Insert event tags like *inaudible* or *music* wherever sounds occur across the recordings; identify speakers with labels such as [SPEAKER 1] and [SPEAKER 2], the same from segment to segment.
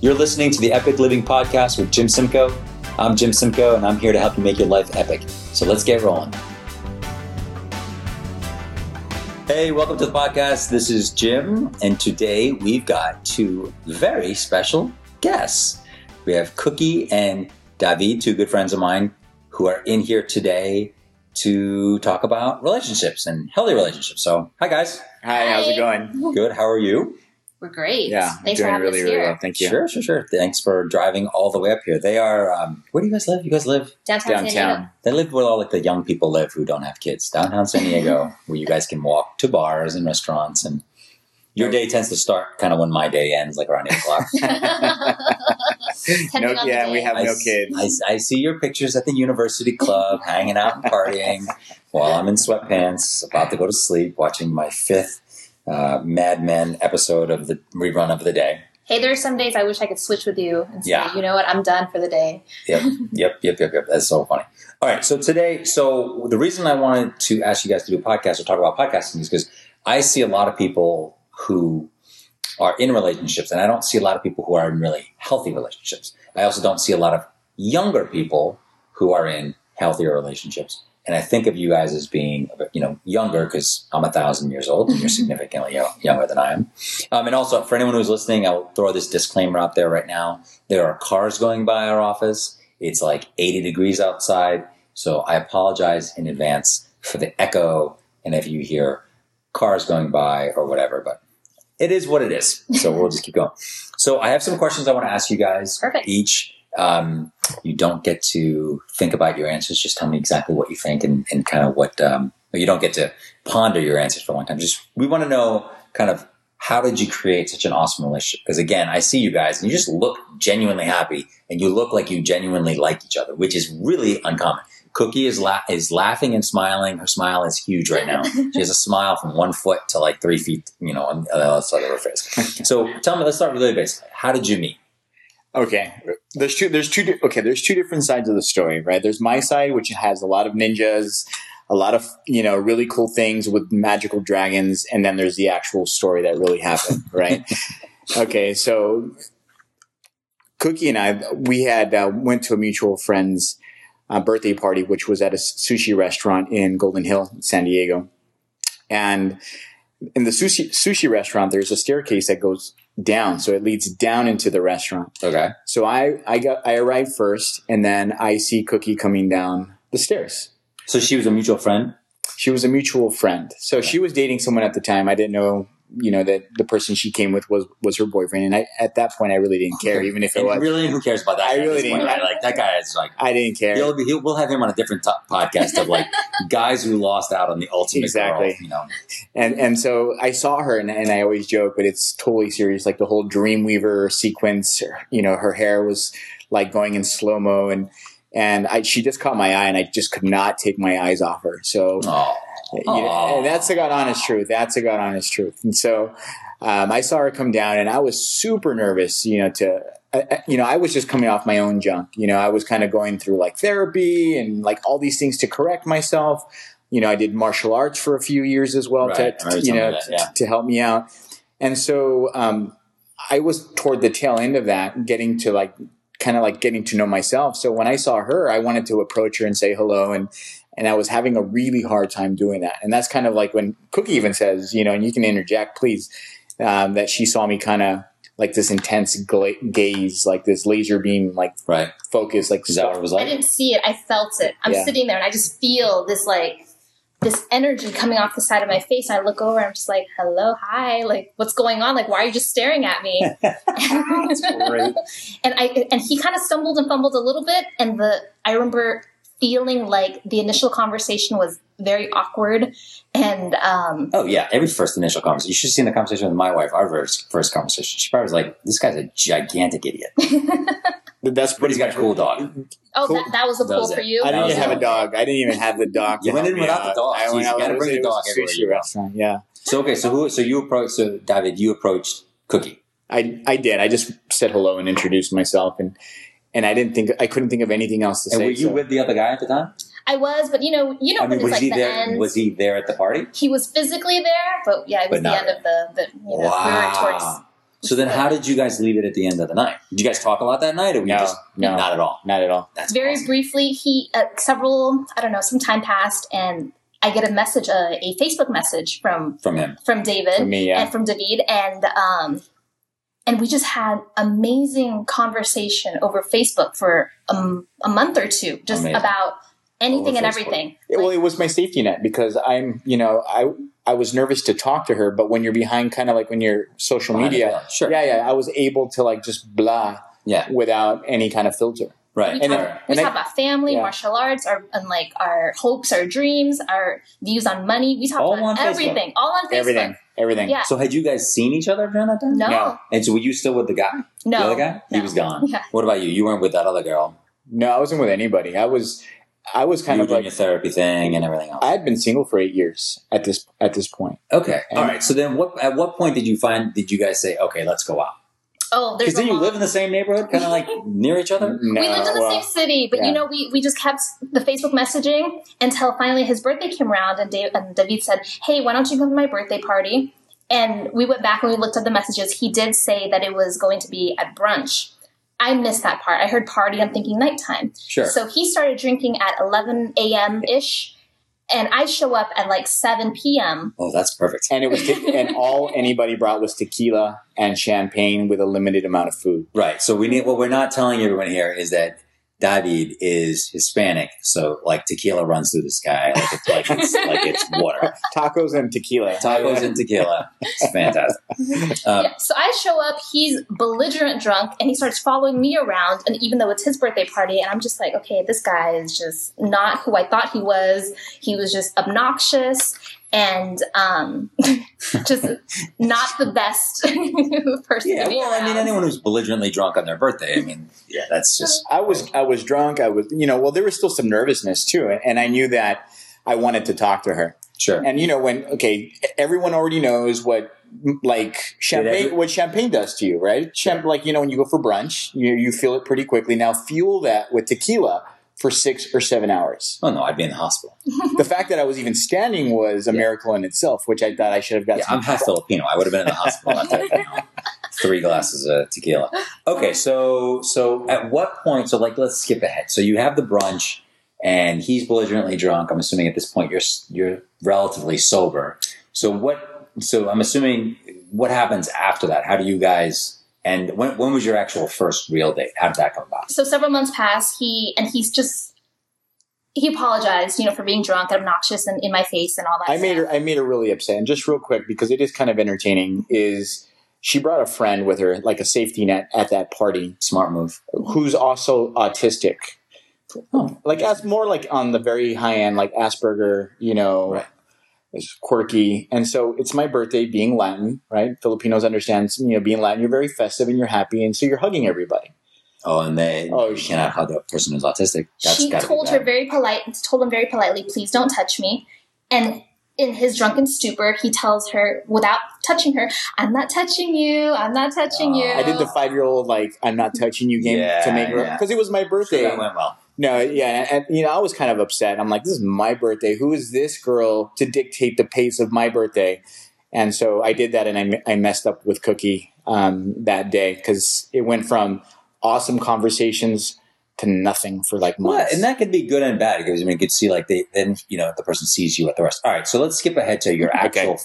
[SPEAKER 1] You're listening to the Epic Living Podcast with Jim Simcoe. I'm Jim Simcoe, and I'm here to help you make your life epic. So let's get rolling. Hey, welcome to the podcast. This is Jim, and today we've got two very special guests. We have Cookie and David, two good friends of mine, who are in here today to talk about relationships and healthy relationships. So, hi guys.
[SPEAKER 2] Hi, how's it
[SPEAKER 3] Hi.
[SPEAKER 2] going?
[SPEAKER 1] Good. How are you?
[SPEAKER 3] We're great.
[SPEAKER 2] Yeah,
[SPEAKER 3] thanks
[SPEAKER 2] doing
[SPEAKER 3] for having
[SPEAKER 2] really,
[SPEAKER 3] us
[SPEAKER 2] really
[SPEAKER 3] here.
[SPEAKER 2] well. Thank you.
[SPEAKER 1] Sure, sure, sure. Thanks for driving all the way up here. They are. Um, where do you guys live? You guys live?
[SPEAKER 3] Downtown, San Diego.
[SPEAKER 2] Downtown.
[SPEAKER 1] They live where all like the young people live who don't have kids. Downtown San
[SPEAKER 2] *laughs*
[SPEAKER 1] Diego, where you guys can walk to bars and restaurants, and your day tends to start kind of when my day ends, like around eight o'clock.
[SPEAKER 3] *laughs* Depending
[SPEAKER 2] No-
[SPEAKER 3] on the
[SPEAKER 2] yeah,
[SPEAKER 3] day.
[SPEAKER 2] we have
[SPEAKER 1] I
[SPEAKER 2] *laughs* no
[SPEAKER 1] s-
[SPEAKER 2] kids.
[SPEAKER 1] I s- I, see your pictures at the university club, hanging out and partying, while I'm in sweatpants, about to go to sleep, watching my fifth uh, Mad Men episode of the rerun of the day.
[SPEAKER 3] Hey, there are some days I wish I could switch with you and say,
[SPEAKER 1] Yeah.
[SPEAKER 3] you know what, I'm done for the day.
[SPEAKER 1] Yep, yep, yep, yep. That's so funny. All right. So today, so the reason I wanted to ask you guys to do a podcast or talk about podcasting is because I see a lot of people who are in relationships, and I don't see a lot of people who are in really healthy relationships. I also don't see a lot of younger people who are in healthier relationships. And I think of you guys as being, you know, younger because I'm a thousand years old and you're significantly yo- younger than I am. Um, and also, for anyone who's listening, I'll throw this disclaimer out there right now. There are cars going by our office. It's like 80 degrees outside. So I apologize in advance for the echo and if you hear cars going by or whatever, but it is what it is. So we'll just keep going. So I have some questions I want to ask you guys
[SPEAKER 3] Perfect.
[SPEAKER 1] each. Um, you don't get to think about your answers. Just tell me exactly what you think and, and kind of what, um, or you don't get to ponder your answers for a long time. Just, we want to know kind of how did you create such an awesome relationship? Because again, I see you guys and you just look genuinely happy and you look like you genuinely like each other, which is really uncommon. Cookie is la- is laughing and smiling. Her smile is huge right now. She has a smile from one foot to like three feet, you know, on uh, the other side of her face. So tell me, let's start really basic. How did you meet?
[SPEAKER 2] Okay, there's two. There's two. di- Okay, there's two different sides of the story, right? There's my side, which has a lot of ninjas, a lot of you know really cool things with magical dragons, and then there's the actual story that really happened, *laughs* right? okay, so Cookie and I, we had uh, went to a mutual friend's uh, birthday party, which was at a sushi restaurant in Golden Hill, San Diego, and in the sushi sushi restaurant, there's a staircase that goes down, so it leads down into the restaurant.
[SPEAKER 1] Okay.
[SPEAKER 2] So I I got I arrived first, and then I see Cookie coming down the stairs.
[SPEAKER 1] So she was a mutual friend.
[SPEAKER 2] She was a mutual friend, so she was dating someone at the time. I didn't know, you know, that the person she came with was was her boyfriend, and I, at that point I really didn't care, even if it
[SPEAKER 1] And
[SPEAKER 2] was.
[SPEAKER 1] really, who cares about that? guy
[SPEAKER 2] I
[SPEAKER 1] at
[SPEAKER 2] really
[SPEAKER 1] this point,
[SPEAKER 2] didn't.
[SPEAKER 1] right? Like that guy is like,
[SPEAKER 2] I didn't care.
[SPEAKER 1] he'll be, he'll, we'll have him on a different to podcast of
[SPEAKER 2] *laughs*
[SPEAKER 1] like guys who lost out on the ultimate
[SPEAKER 2] Exactly.
[SPEAKER 1] girl, you know.
[SPEAKER 2] And and so I saw her, and, and I always joke, but it's totally serious. Like the whole Dreamweaver sequence, you know, her hair was like going in slow mo, and and I, she just caught my eye, and I just could not take my eyes off her. So
[SPEAKER 1] Oh,
[SPEAKER 2] you know,
[SPEAKER 1] Aw.
[SPEAKER 2] and that's the God honest truth. That's the God honest truth. And so um, I saw her come down, and I was super nervous. You know, to uh, uh, you know, I was just coming off my own junk. You know, I was kind of going through like therapy and like all these things to correct myself. You know, I did martial arts for a few years as well
[SPEAKER 1] Right. I
[SPEAKER 2] to,
[SPEAKER 1] remember
[SPEAKER 2] you
[SPEAKER 1] telling
[SPEAKER 2] know
[SPEAKER 1] me that,
[SPEAKER 2] t-
[SPEAKER 1] yeah.
[SPEAKER 2] to help me out. And so um, I was toward the tail end of that, getting to like kind of like getting to know myself. So when I saw her, I wanted to approach her and say hello and and I was having a really hard time doing that. And that's kind of like when Cookie even says, you know, and you can interject, please, um, that she saw me kind of like this intense gla- gaze, like this laser beam, like
[SPEAKER 1] right.
[SPEAKER 2] focus, like
[SPEAKER 1] Is that what it was
[SPEAKER 3] I
[SPEAKER 1] like?
[SPEAKER 3] didn't see it. I felt it. I'm
[SPEAKER 2] Yeah.
[SPEAKER 3] sitting there and I just feel this like this energy coming off the side of my face. I look over and I'm just like, hello, hi, like what's going on? Like, why are you just staring at
[SPEAKER 2] *laughs*
[SPEAKER 3] me? *laughs*
[SPEAKER 1] *laughs*
[SPEAKER 2] great.
[SPEAKER 3] and I and he kind of stumbled and fumbled a little bit, and the I remember feeling like the initial conversation was very awkward, and um,
[SPEAKER 1] Oh yeah, every first initial conversation. You should have seen the conversation with my wife. Our first, first conversation. She probably was like, "This guy's a gigantic
[SPEAKER 2] *laughs*
[SPEAKER 1] idiot,"
[SPEAKER 2] That's
[SPEAKER 1] but he's
[SPEAKER 2] pretty
[SPEAKER 1] got a
[SPEAKER 2] much
[SPEAKER 1] cool dog.
[SPEAKER 3] oh,
[SPEAKER 2] Cool.
[SPEAKER 3] that, that was a
[SPEAKER 1] That
[SPEAKER 3] pull
[SPEAKER 1] was it.
[SPEAKER 3] for you.
[SPEAKER 2] I didn't
[SPEAKER 1] That
[SPEAKER 2] even
[SPEAKER 1] was
[SPEAKER 2] have
[SPEAKER 1] it.
[SPEAKER 2] a dog. I didn't even
[SPEAKER 1] *laughs*
[SPEAKER 2] have the dog. to
[SPEAKER 1] You went
[SPEAKER 2] help
[SPEAKER 1] in
[SPEAKER 2] me
[SPEAKER 1] without
[SPEAKER 2] out.
[SPEAKER 1] the dog.
[SPEAKER 2] I
[SPEAKER 1] Jeez,
[SPEAKER 2] went
[SPEAKER 1] you
[SPEAKER 2] out
[SPEAKER 1] gotta
[SPEAKER 2] it
[SPEAKER 1] bring
[SPEAKER 2] was-
[SPEAKER 1] the
[SPEAKER 2] it was
[SPEAKER 1] dog
[SPEAKER 2] a
[SPEAKER 1] everywhere you
[SPEAKER 2] Sushi
[SPEAKER 1] go.
[SPEAKER 2] restaurant. Yeah,
[SPEAKER 1] So okay, so who? So you approached so David. You approached Cookie.
[SPEAKER 2] I I did. I just said hello and introduced myself, and and I didn't think I couldn't think of anything else to
[SPEAKER 1] And
[SPEAKER 2] say.
[SPEAKER 1] were you
[SPEAKER 2] so-
[SPEAKER 1] with the other guy at the time?
[SPEAKER 3] I was, but you know, you know
[SPEAKER 1] I mean,
[SPEAKER 3] when it's
[SPEAKER 1] was
[SPEAKER 3] like
[SPEAKER 1] he
[SPEAKER 3] the
[SPEAKER 1] there?
[SPEAKER 3] end.
[SPEAKER 1] Was he there at the party?
[SPEAKER 3] he was physically there, but yeah, it
[SPEAKER 1] But
[SPEAKER 3] was the
[SPEAKER 1] not
[SPEAKER 3] end of the, the you know, we were towards
[SPEAKER 1] So then, how did you guys leave it at the end of the night? Did you guys talk a lot that night, or were you
[SPEAKER 2] No,
[SPEAKER 1] just
[SPEAKER 2] no.
[SPEAKER 1] not at all?
[SPEAKER 2] Not at all.
[SPEAKER 1] That's
[SPEAKER 3] Very
[SPEAKER 1] awesome.
[SPEAKER 3] briefly, he uh, several I don't know some time passed, and I get a message, uh, a Facebook message from
[SPEAKER 1] from him.
[SPEAKER 3] from David
[SPEAKER 2] For me, yeah.
[SPEAKER 3] and from David, and um, and we just had amazing conversation over Facebook for um, a month or two, just
[SPEAKER 1] Amazing.
[SPEAKER 3] about anything
[SPEAKER 1] Over
[SPEAKER 3] and
[SPEAKER 1] Facebook.
[SPEAKER 3] everything.
[SPEAKER 2] Yeah, well,
[SPEAKER 3] Like,
[SPEAKER 2] it was my safety net because I'm, you know, I I was nervous to talk to her, but when you're behind, kind of like when you're social
[SPEAKER 1] Behind
[SPEAKER 2] media,
[SPEAKER 1] the veil. Sure.
[SPEAKER 2] yeah, yeah, I was able to like just blah
[SPEAKER 1] Yeah.
[SPEAKER 2] without any kind of filter.
[SPEAKER 1] Right.
[SPEAKER 3] we
[SPEAKER 2] and
[SPEAKER 3] talk,
[SPEAKER 2] then-
[SPEAKER 3] we
[SPEAKER 2] and
[SPEAKER 3] talk
[SPEAKER 2] I-
[SPEAKER 3] about family,
[SPEAKER 2] yeah.
[SPEAKER 3] martial arts, our and like our hopes, our dreams, our views on money. We talk
[SPEAKER 1] All on
[SPEAKER 3] about
[SPEAKER 1] Facebook.
[SPEAKER 3] everything, all on Facebook.
[SPEAKER 2] Everything, everything.
[SPEAKER 3] Yeah.
[SPEAKER 1] so had you guys seen each other during that time?
[SPEAKER 3] No,
[SPEAKER 2] No.
[SPEAKER 3] no,
[SPEAKER 1] And so were you still with the guy? The other guy? He
[SPEAKER 3] no.
[SPEAKER 1] was gone.
[SPEAKER 3] Yeah.
[SPEAKER 1] What about you? You weren't with that other girl.
[SPEAKER 2] No, I wasn't with anybody. I was, I was kind
[SPEAKER 1] you were
[SPEAKER 2] of
[SPEAKER 1] doing
[SPEAKER 2] like
[SPEAKER 1] your therapy thing and everything else.
[SPEAKER 2] I had been single for eight years at this at this point.
[SPEAKER 1] okay.
[SPEAKER 2] Uh, And-
[SPEAKER 1] All right. So then, what at what point did you find? Did you guys say, okay, let's go out?
[SPEAKER 3] Oh, there's
[SPEAKER 1] Because
[SPEAKER 3] a
[SPEAKER 1] then you
[SPEAKER 3] lot.
[SPEAKER 1] live in the same neighborhood, kind of
[SPEAKER 3] *laughs*
[SPEAKER 1] like near each other.
[SPEAKER 2] No,
[SPEAKER 3] we lived in the
[SPEAKER 2] well,
[SPEAKER 3] same city, but
[SPEAKER 2] yeah.
[SPEAKER 3] you know, we, we just kept the Facebook messaging until finally his birthday came around and, Dave, and David said, Hey, why don't you come to my birthday party? And we went back and we looked at the messages. He did say that it was going to be at brunch. I missed that part. I heard party, I'm thinking nighttime.
[SPEAKER 1] Sure.
[SPEAKER 3] So he started drinking at 11 a.m. ish, and I show up at like 7 p.m.
[SPEAKER 1] oh, that's perfect.
[SPEAKER 2] and it
[SPEAKER 3] *laughs*
[SPEAKER 2] was and all anybody brought was tequila and champagne with a limited amount of food.
[SPEAKER 1] Right. So we need what we're not telling everyone here is that David is Hispanic, so like tequila runs through this guy like it's like it's, like it's water.
[SPEAKER 2] Tacos and tequila.
[SPEAKER 1] Tacos and tequila. It's fantastic. Um,
[SPEAKER 3] Yeah, so I show up, he's belligerent drunk, and he starts following me around. And even though it's his birthday party, and I'm just like, okay, this guy is just not who I thought he was. He was just obnoxious and um, *laughs* just not the best *laughs* person
[SPEAKER 1] yeah.
[SPEAKER 3] to be
[SPEAKER 1] Well, I mean,
[SPEAKER 3] around.
[SPEAKER 1] anyone who's belligerently drunk on their birthday, I mean, yeah, that's just
[SPEAKER 2] I was I was drunk. I was you know well there was still some nervousness too, and, and I knew that I wanted to talk to her.
[SPEAKER 1] sure.
[SPEAKER 2] And you know when okay, everyone already knows what like champagne
[SPEAKER 1] every-
[SPEAKER 2] what champagne does to you, right? Champ, like you know when you go for brunch, you you feel it pretty quickly. Now fuel that with tequila for six or seven hours.
[SPEAKER 1] Oh no, I'd be in the hospital.
[SPEAKER 2] the fact that I was even standing was a miracle in itself, which I thought I should have got.
[SPEAKER 1] Yeah,
[SPEAKER 2] some-
[SPEAKER 1] I'm half Filipino. I would have been in the hospital after you know,
[SPEAKER 3] *laughs*
[SPEAKER 1] three glasses of tequila. Okay, so so at what point? So like, let's skip ahead. So you have the brunch, and he's belligerently drunk. I'm assuming at this point you're you're relatively sober. So what? So I'm assuming what happens after that? How do you guys? And when when was your actual first real date? How did that come about?
[SPEAKER 3] so several months pass he and he's just he apologized you know for being drunk and obnoxious and in my face and all that
[SPEAKER 2] I made
[SPEAKER 3] stuff.
[SPEAKER 2] her. I made her really upset. And just real quick, because it is kind of entertaining, is she brought a friend with her, like a safety net at that party,
[SPEAKER 1] Smart move.
[SPEAKER 2] who's also autistic.
[SPEAKER 1] Oh.
[SPEAKER 2] Like as more like on the very high end, like Asperger, you know,
[SPEAKER 1] Right.
[SPEAKER 2] is quirky. And so it's my birthday, being Latin, right? Filipinos understand, you know, being Latin, you're very festive and you're happy, and so you're hugging everybody.
[SPEAKER 1] Oh, and they
[SPEAKER 2] Oh,
[SPEAKER 1] you
[SPEAKER 2] shit.
[SPEAKER 1] cannot hug a person who's autistic. That's
[SPEAKER 3] she
[SPEAKER 1] gotta be
[SPEAKER 3] told
[SPEAKER 1] bad.
[SPEAKER 3] her very polite told him very politely please don't touch me and in his drunken stupor he tells her without touching her i'm not touching you i'm not touching
[SPEAKER 1] Oh.
[SPEAKER 3] you
[SPEAKER 2] I did the five year old like I'm not touching you game
[SPEAKER 1] Yeah,
[SPEAKER 2] to make
[SPEAKER 1] yeah.
[SPEAKER 2] because it was my
[SPEAKER 1] Sure,
[SPEAKER 2] birthday.
[SPEAKER 1] that went well.
[SPEAKER 2] No, yeah, and you know, I was kind of upset. I'm like, this is my birthday. Who is this girl to dictate the pace of my birthday? And so I did that, and I, me- I messed up with Cookie um, that day because it went from awesome conversations to nothing for like
[SPEAKER 1] Well,
[SPEAKER 2] months.
[SPEAKER 1] and that could be good and bad because I mean, you could see like they then you know the person sees you at the rest. All right, so let's skip ahead to your
[SPEAKER 2] *laughs* Okay.
[SPEAKER 1] actual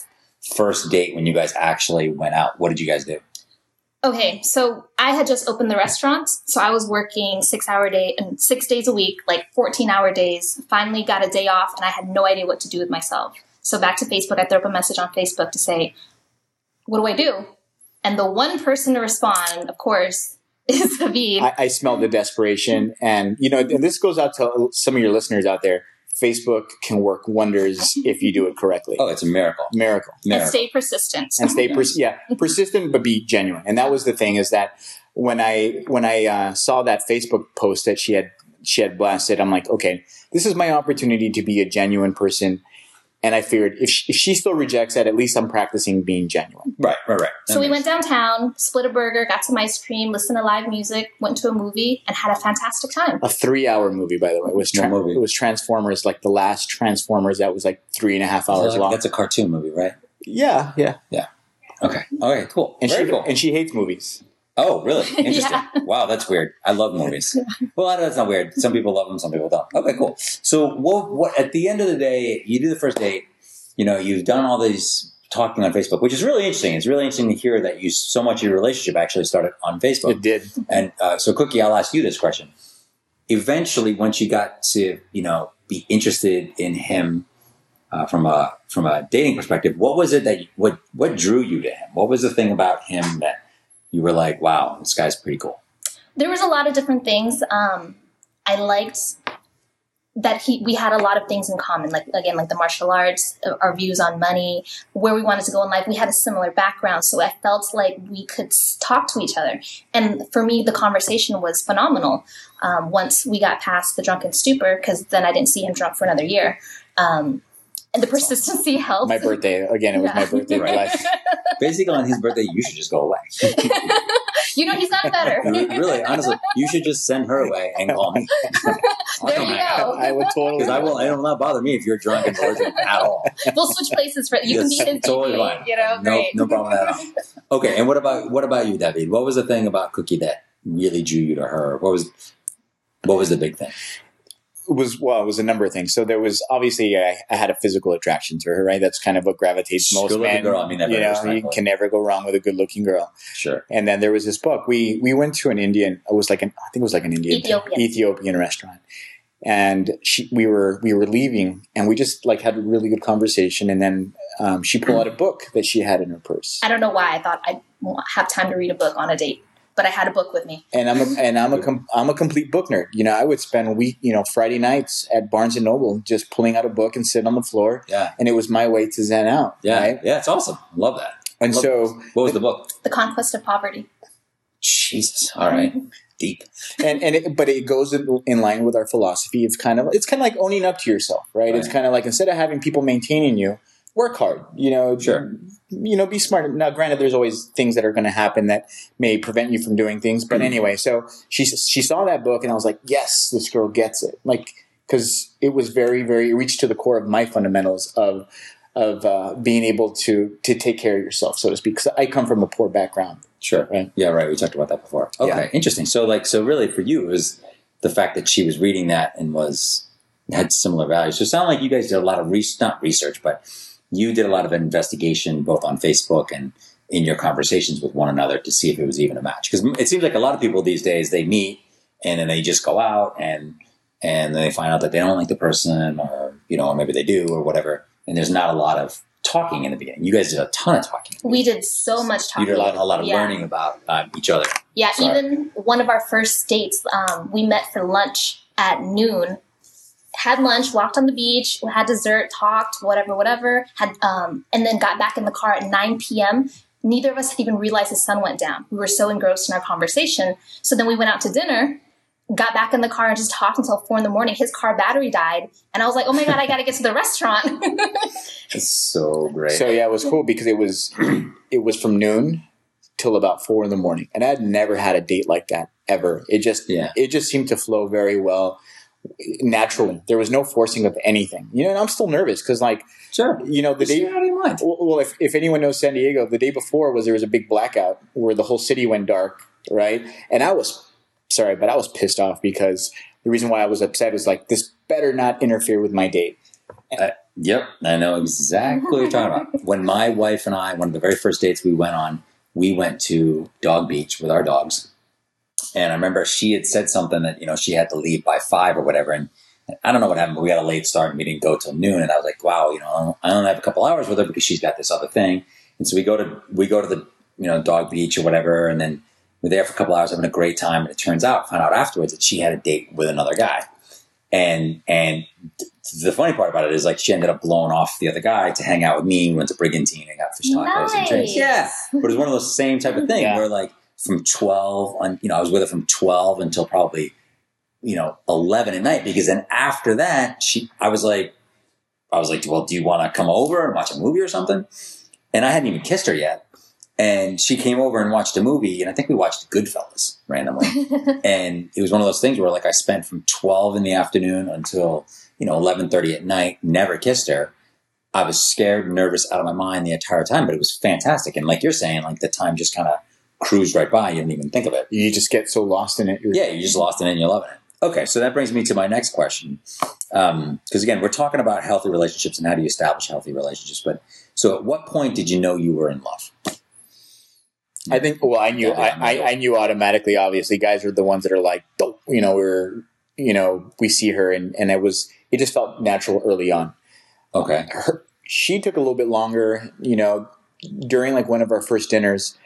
[SPEAKER 1] first date when you guys actually went out. What did you guys do?
[SPEAKER 3] okay so i had just opened the restaurant so i was working six hour day and six days a week like 14 hour days finally got a day off and i had no idea what to do with myself so back to facebook i threw up a message on facebook to say what do i do and the one person to respond of course *laughs* is Habib.
[SPEAKER 2] I, I smelled the desperation, and you know, and this goes out to some of your listeners out there. Facebook can work wonders if you do it correctly.
[SPEAKER 1] Oh, it's a miracle.
[SPEAKER 2] Miracle.
[SPEAKER 3] and
[SPEAKER 1] Miracle.
[SPEAKER 3] stay persistent
[SPEAKER 2] and stay
[SPEAKER 3] *laughs*
[SPEAKER 2] pers- yeah persistent but be genuine and that was the thing is that when i when i uh, saw that facebook post that she had she had blasted i'm like okay this is my opportunity to be a genuine person and i figured if she, if she still rejects that at least i'm practicing being genuine
[SPEAKER 1] Right, right, right.
[SPEAKER 3] So we went downtown, split a burger, got some ice cream, listened to live music, went to a movie, and had a fantastic time.
[SPEAKER 2] a three hour movie by the way it was
[SPEAKER 1] No
[SPEAKER 2] tra-
[SPEAKER 1] movie.
[SPEAKER 2] it was transformers like the last transformers that was like three and a half hours
[SPEAKER 1] That's like-
[SPEAKER 2] long
[SPEAKER 1] That's a cartoon movie, right?
[SPEAKER 2] yeah yeah
[SPEAKER 1] Okay. Okay. Cool.
[SPEAKER 2] And
[SPEAKER 1] Very
[SPEAKER 2] she
[SPEAKER 1] cool.
[SPEAKER 2] and she hates movies.
[SPEAKER 1] Oh, really? Interesting.
[SPEAKER 3] Yeah.
[SPEAKER 1] Wow, that's weird. I love movies. Well, I know that's not weird. Some people love them, some people don't. Okay, cool. So, what, what? At the end of the day, you do the first date. You know, you've done all these talking on Facebook, which is really interesting. It's really interesting to hear that you so much of your relationship actually started on Facebook.
[SPEAKER 2] It did.
[SPEAKER 1] And uh, so, Cookie, I'll ask you this question. Eventually, once you got to, you know, be interested in him uh, from a from a dating perspective, what was it that you, what what drew you to him? What was the thing about him that you were like, wow, this guy's pretty cool?
[SPEAKER 3] there was a lot of different things. Um, I liked that he we had a lot of things in common. Like again, like the martial arts, uh, our views on money, where we wanted to go in life. We had a similar background, so I felt like we could s- talk to each other. And for me, the conversation was phenomenal. Um, once we got past the drunken stupor, because then I didn't see him drunk for another year. Um, and the *laughs* persistency helped.
[SPEAKER 2] My
[SPEAKER 3] *laughs*
[SPEAKER 2] birthday again. It was my
[SPEAKER 3] Yeah.
[SPEAKER 2] birthday.
[SPEAKER 1] Right.
[SPEAKER 2] Life.
[SPEAKER 1] Basically, on his birthday, you should just go away. *laughs*
[SPEAKER 3] you know, he's not better.
[SPEAKER 1] Re- really, honestly, you should just send her away and call me.
[SPEAKER 3] *laughs*
[SPEAKER 1] *laughs* Oh
[SPEAKER 3] There
[SPEAKER 1] come
[SPEAKER 3] you
[SPEAKER 1] hang out.
[SPEAKER 3] go.
[SPEAKER 2] I would
[SPEAKER 1] *laughs*
[SPEAKER 2] totally.
[SPEAKER 1] Because I will, it will not bother me if you're drunk and belligerent at all.
[SPEAKER 3] we'll switch places for you. Can be
[SPEAKER 1] Yes,
[SPEAKER 3] his
[SPEAKER 1] totally
[SPEAKER 3] DP,
[SPEAKER 1] fine.
[SPEAKER 3] You know,
[SPEAKER 1] No,
[SPEAKER 3] great.
[SPEAKER 1] no problem at all. Okay, and what about what about you, David? What was the thing about Cookie that really drew you to her? What was what was the big thing?
[SPEAKER 2] It was well, it was a number of things. So there was obviously I, I had a physical attraction to her, right? That's kind of what gravitates most
[SPEAKER 1] Good-looking
[SPEAKER 2] men.
[SPEAKER 1] girl, I mean, that
[SPEAKER 2] you
[SPEAKER 1] very
[SPEAKER 2] know, you
[SPEAKER 1] respectfully.
[SPEAKER 2] can never go wrong with a good-looking girl.
[SPEAKER 1] Sure.
[SPEAKER 2] And then there was this book. We we went to an Indian. It was like an I think it was like an Indian
[SPEAKER 3] Ethiopian.
[SPEAKER 2] Ethiopian restaurant. And she, we were we were leaving, and we just like had a really good conversation. And then um, she pulled out a book that she had in her purse.
[SPEAKER 3] I don't know why I thought I'd wa- have time to read a book on a date, but I had a book with me.
[SPEAKER 2] and I'm a, and I'm a com- I'm a complete book nerd. You know, I would spend week you know Friday nights at Barnes and Noble just pulling out a book and sit on the floor,
[SPEAKER 1] Yeah.
[SPEAKER 2] and it was my way to zen out.
[SPEAKER 1] Yeah.
[SPEAKER 2] right?
[SPEAKER 1] Yeah. It's awesome. Love that.
[SPEAKER 2] and
[SPEAKER 1] Love
[SPEAKER 2] so
[SPEAKER 1] What was the book?
[SPEAKER 3] The Conquest of Poverty.
[SPEAKER 1] Jesus. All right. Deep.
[SPEAKER 2] and and it, but it goes in, in line with our philosophy of kind of it's kind of like owning up to yourself, right? It's
[SPEAKER 1] Right.
[SPEAKER 2] kind of like instead of having people maintaining you, work hard. You know,
[SPEAKER 1] Sure.
[SPEAKER 2] You know, be smart. Now, granted, there's always things that are going to happen that may prevent you from doing things. But
[SPEAKER 1] Mhm.
[SPEAKER 2] anyway, so she she saw that book, and I was like, yes, this girl gets it. Like, because it was very, very it reached to the core of my fundamentals of of uh, being able to to take care of yourself, so to speak. Because I come from a poor background.
[SPEAKER 1] Sure.
[SPEAKER 2] Right.
[SPEAKER 1] Yeah, right. We talked about that before. Okay,
[SPEAKER 2] Yeah.
[SPEAKER 1] interesting. So, like, so really for you, it was the fact that she was reading that and was had similar values. So, it sounded like you guys did a lot of re- not research, but you did a lot of investigation both on Facebook and in your conversations with one another to see if it was even a match. Because it seems like a lot of people these days they meet and then they just go out and and then they find out that they don't like the person or you know or maybe they do or whatever. And there's not a lot of talking in the beginning. You guys did a ton of talking.
[SPEAKER 3] We did so much
[SPEAKER 1] You
[SPEAKER 3] talking.
[SPEAKER 1] did a lot, a lot of
[SPEAKER 3] yeah.
[SPEAKER 1] learning about um, each other.
[SPEAKER 3] Yeah,
[SPEAKER 1] Sorry.
[SPEAKER 3] even one of our first dates, um, we met for lunch at noon. Had lunch, walked on the beach, had dessert, talked, whatever, whatever. Had um, and then got back in the car at 9 p.m. Neither of us had even realized the sun went down. We were so engrossed in our conversation. So then we went out to dinner, got back in the car, and just talked until four in the morning. His car battery died, and I was like, "Oh my god, I got to get to the restaurant."
[SPEAKER 1] It's so great.
[SPEAKER 2] So yeah, it was cool because it was *clears throat* it was from noon till about four in the morning, and I had never had a date like that ever. It just
[SPEAKER 1] Yeah.
[SPEAKER 2] it just seemed to flow very well naturally. There was no forcing of anything, you know. And I'm still nervous because like
[SPEAKER 1] sure.
[SPEAKER 2] you know the
[SPEAKER 1] Just
[SPEAKER 2] day.
[SPEAKER 1] stay out of your mind.
[SPEAKER 2] Well, well, if, if anyone knows San Diego, the day before was there was a big blackout where the whole city went dark, right? And I was sorry, but I was pissed off because the reason why I was upset was like this better not interfere with my date.
[SPEAKER 1] Yep, I know exactly what you're talking about. When my wife and I, one of the very first dates we went on, we went to Dog Beach with our dogs. And I remember she had said something that, you know, she had to leave by five or whatever. And I don't know what happened, but we got a late start and we didn't go till noon. And I was like, wow, you know, I only have a couple hours with her because she's got this other thing. And so we go to, we go to the, you know, Dog Beach or whatever. And then we're there for a couple hours having a great time. And it turns out, found out afterwards that she had a date with another guy. And, and the funny part about it is like she ended up blowing off the other guy to hang out with me. We went to Brigantine and got fish tacos and drinks.
[SPEAKER 3] Nice.
[SPEAKER 1] Yeah, but it's one of those same type of thing
[SPEAKER 2] Yeah.
[SPEAKER 1] where like from twelve, on, you know, I was with her from twelve until probably you know eleven at night because then after that she, I was like, I was like, well, do you want to come over and watch a movie or something? And I hadn't even kissed her yet. And she came over and watched a movie, and I think we watched Goodfellas randomly.
[SPEAKER 3] *laughs*
[SPEAKER 1] and it was one of those things where like I spent from twelve in the afternoon until you know eleven thirty at night, never kissed her, I was scared, nervous, out of my mind the entire time, but it was fantastic. And like you're saying, like the time just kind of cruised right by. You didn't even think of it.
[SPEAKER 2] You just get so lost in it. You're-
[SPEAKER 1] Yeah, you just lost in it and you're loving it. Okay, so that brings me to my next question. Because again, we're talking about healthy relationships and how do you establish healthy relationships. But so at what point did you know you were in love?
[SPEAKER 2] I think. Well, I knew.
[SPEAKER 1] Yeah, yeah,
[SPEAKER 2] I,
[SPEAKER 1] yeah.
[SPEAKER 2] I, I knew automatically. Obviously, guys are the ones that are like, "Don't," you know, we're you know, we see her, and and it was it just felt natural early on.
[SPEAKER 1] Okay.
[SPEAKER 2] her, she took a little bit longer, you know, during like one of our first dinners,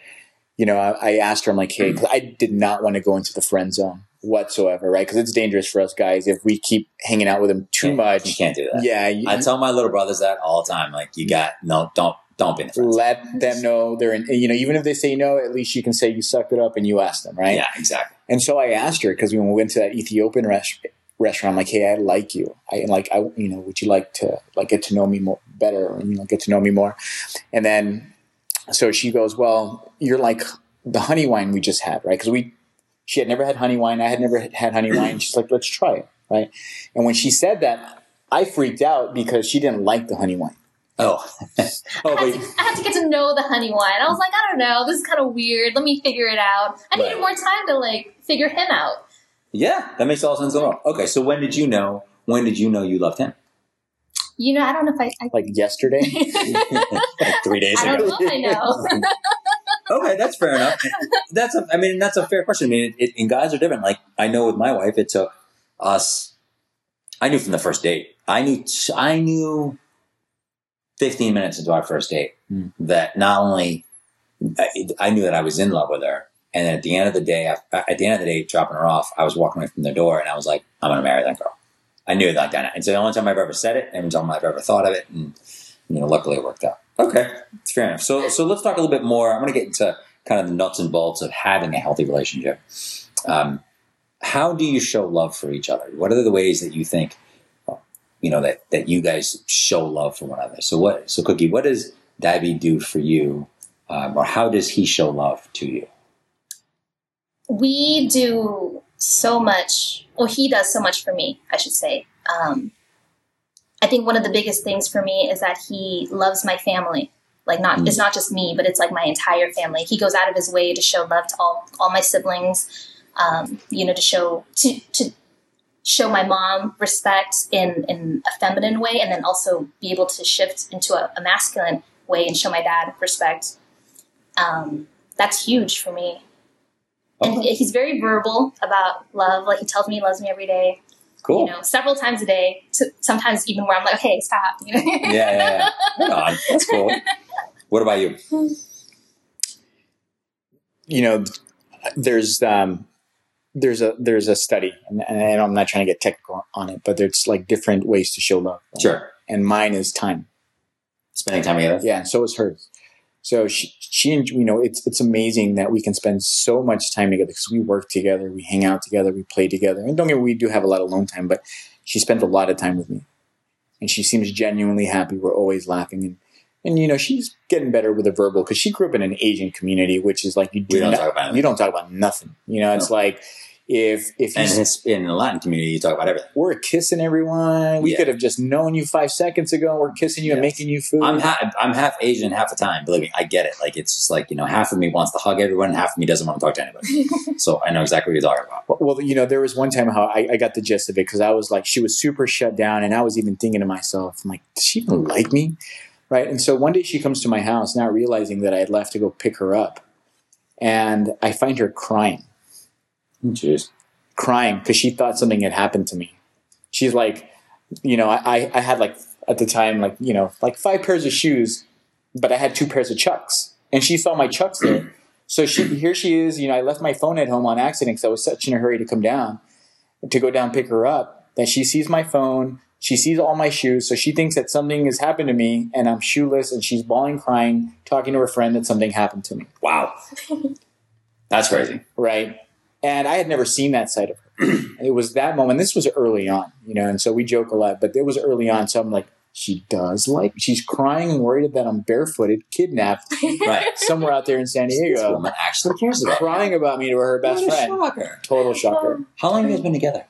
[SPEAKER 2] you know, I, I asked her, I'm like, hey, 'cause I did not want to go into the friend zone whatsoever, right? Because it's dangerous for us guys if we keep hanging out with him too
[SPEAKER 1] Yeah, You
[SPEAKER 2] much.
[SPEAKER 1] can't do that.
[SPEAKER 2] Yeah. you-
[SPEAKER 1] I tell my little brothers that all the time. Like, you got, no, don't, don't be in the friend zone.
[SPEAKER 2] let them know they're in, you know, even if they say no, at least you can say you sucked it up and you asked them, right?
[SPEAKER 1] Yeah, exactly.
[SPEAKER 2] And so I asked her because when we went to that Ethiopian rest- restaurant, I'm like, "Hey, I like you. I like I you know, would you like to like get to know me more better or you know, get to know me more?" And then so she goes, "Well, you're like the honey wine we just had, right?" Because we she had never had honey wine. I had never had honey wine. She's like, "Let's try it." Right? And when she said that, I freaked out because she didn't like the honey wine.
[SPEAKER 1] Oh. *laughs* oh,
[SPEAKER 3] I had,
[SPEAKER 1] wait.
[SPEAKER 3] to, I had to get to know the honey wine. I was like, I don't know, this is kind of weird. Let me figure it out. I needed
[SPEAKER 1] Right.
[SPEAKER 3] more time to like figure him out.
[SPEAKER 1] Yeah, that makes all sense in the world. Okay, so when did you know, when did you know you loved him?
[SPEAKER 3] You know, I don't know if I, *laughs* I,
[SPEAKER 2] Like yesterday,
[SPEAKER 1] Like three days
[SPEAKER 3] I
[SPEAKER 1] ago.
[SPEAKER 3] don't know if I know.
[SPEAKER 1] okay, that's fair enough. That's a, I mean, that's a fair question. I mean, it, it, and guys are different. Like I know with my wife, it took us. I knew from the first date. I knew. I knew. Fifteen minutes into our first date,
[SPEAKER 2] Hmm.
[SPEAKER 1] that not only I, I knew that I was in love with her, and then at the end of the day, af- at the end of the day, dropping her off, I was walking away from the door, and I was like, "I'm going to marry that girl." I knew it like that, and so the only time I've ever said it, and the only time I've ever thought of it, and you know, luckily it worked out. Okay, it's fair enough. So, so let's talk a little bit more. I'm going to get into kind of the nuts and bolts of having a healthy relationship. Um, how do you show love for each other? What are the ways that you think, you know, that that you guys show love for one another? So, what? So, Cookie, what does Davy do for you, um, or how does he show love to you?
[SPEAKER 3] we do so much well he does so much for me i should say um, i think one of the biggest things for me is that he loves my family like not
[SPEAKER 1] Mm.
[SPEAKER 3] it's not just me but it's like my entire family he goes out of his way to show love to all all my siblings um, you know to show to to show my mom respect in in a feminine way and then also be able to shift into a, a masculine way and show my dad respect um, that's huge for me and he- he's very verbal about love. Like he tells me he loves me every day,
[SPEAKER 1] Cool.
[SPEAKER 3] you know, several times a day. To, sometimes even where I'm like, okay, stop. *laughs* You know?
[SPEAKER 1] Yeah, yeah, yeah. Right on. That's
[SPEAKER 3] *laughs*
[SPEAKER 1] cool. What about you?
[SPEAKER 2] you know, there's um, there's a there's a study, and, and I'm not trying to get technical on it, but there's like different ways to show love.
[SPEAKER 1] Sure.
[SPEAKER 2] And mine is time.
[SPEAKER 1] Spending time together.
[SPEAKER 2] Yeah, and so is hers. So she, she, and- you know, it's it's amazing that we can spend so much time together because we work together, we hang out together, we play together. And don't get me, we do have a lot of alone time, but she spends a lot of time with me, and she seems genuinely happy. We're always laughing, and and you know, she's getting better with the verbal because she grew up in an Asian community, which is like you do
[SPEAKER 1] We don't
[SPEAKER 2] not-
[SPEAKER 1] talk about it.
[SPEAKER 2] you don't talk about nothing. You know, it's like if if
[SPEAKER 1] And
[SPEAKER 2] you,
[SPEAKER 1] his, in the Latin community, you talk about everything.
[SPEAKER 2] we're kissing everyone, we
[SPEAKER 1] Yeah.
[SPEAKER 2] could have just known you five seconds ago. and We're kissing you and
[SPEAKER 1] Yes.
[SPEAKER 2] making you food.
[SPEAKER 1] I'm ha- I'm half Asian, half the time. Believe me, I get it. Like it's just like you know, half of me wants to hug everyone, half of me doesn't want to talk to *laughs* anybody. so I know exactly what you're talking about.
[SPEAKER 2] Well- Well, you know, there was one time how I, I got the gist of it because I was like, she was super shut down, and I was even thinking to myself, I'm like, does she even like me? Right. And so one day she comes to my house, not realizing that I had left to go pick her up. And I find her crying,
[SPEAKER 1] Jeez.
[SPEAKER 2] crying because she thought something had happened to me. She's like, you know, I, I- I had like, at the time, like, you know, like five pairs of shoes, but I had two pairs of chucks. And she saw my chucks there.
[SPEAKER 1] *clears throat*
[SPEAKER 2] So she, here she is, you know, I left my phone at home on accident because I was such in a hurry to come down to go down pick her up that she sees my phone she sees all my shoes so she thinks that something has happened to me and i'm shoeless and she's bawling crying talking to her friend that something happened to me
[SPEAKER 1] Wow. That's crazy.
[SPEAKER 2] right and i had never seen that side of her *clears throat* And it was that moment this was early on you know and so we joke a lot but it was early on so i'm like she does like she's crying and worried that i'm barefooted kidnapped
[SPEAKER 1] *laughs* Right.
[SPEAKER 2] somewhere out there in san
[SPEAKER 1] This
[SPEAKER 2] diego
[SPEAKER 1] woman actually cares about me.
[SPEAKER 2] crying about me to her best
[SPEAKER 1] What a
[SPEAKER 2] friend
[SPEAKER 1] shocker.
[SPEAKER 2] total shocker
[SPEAKER 1] How long have you guys been together?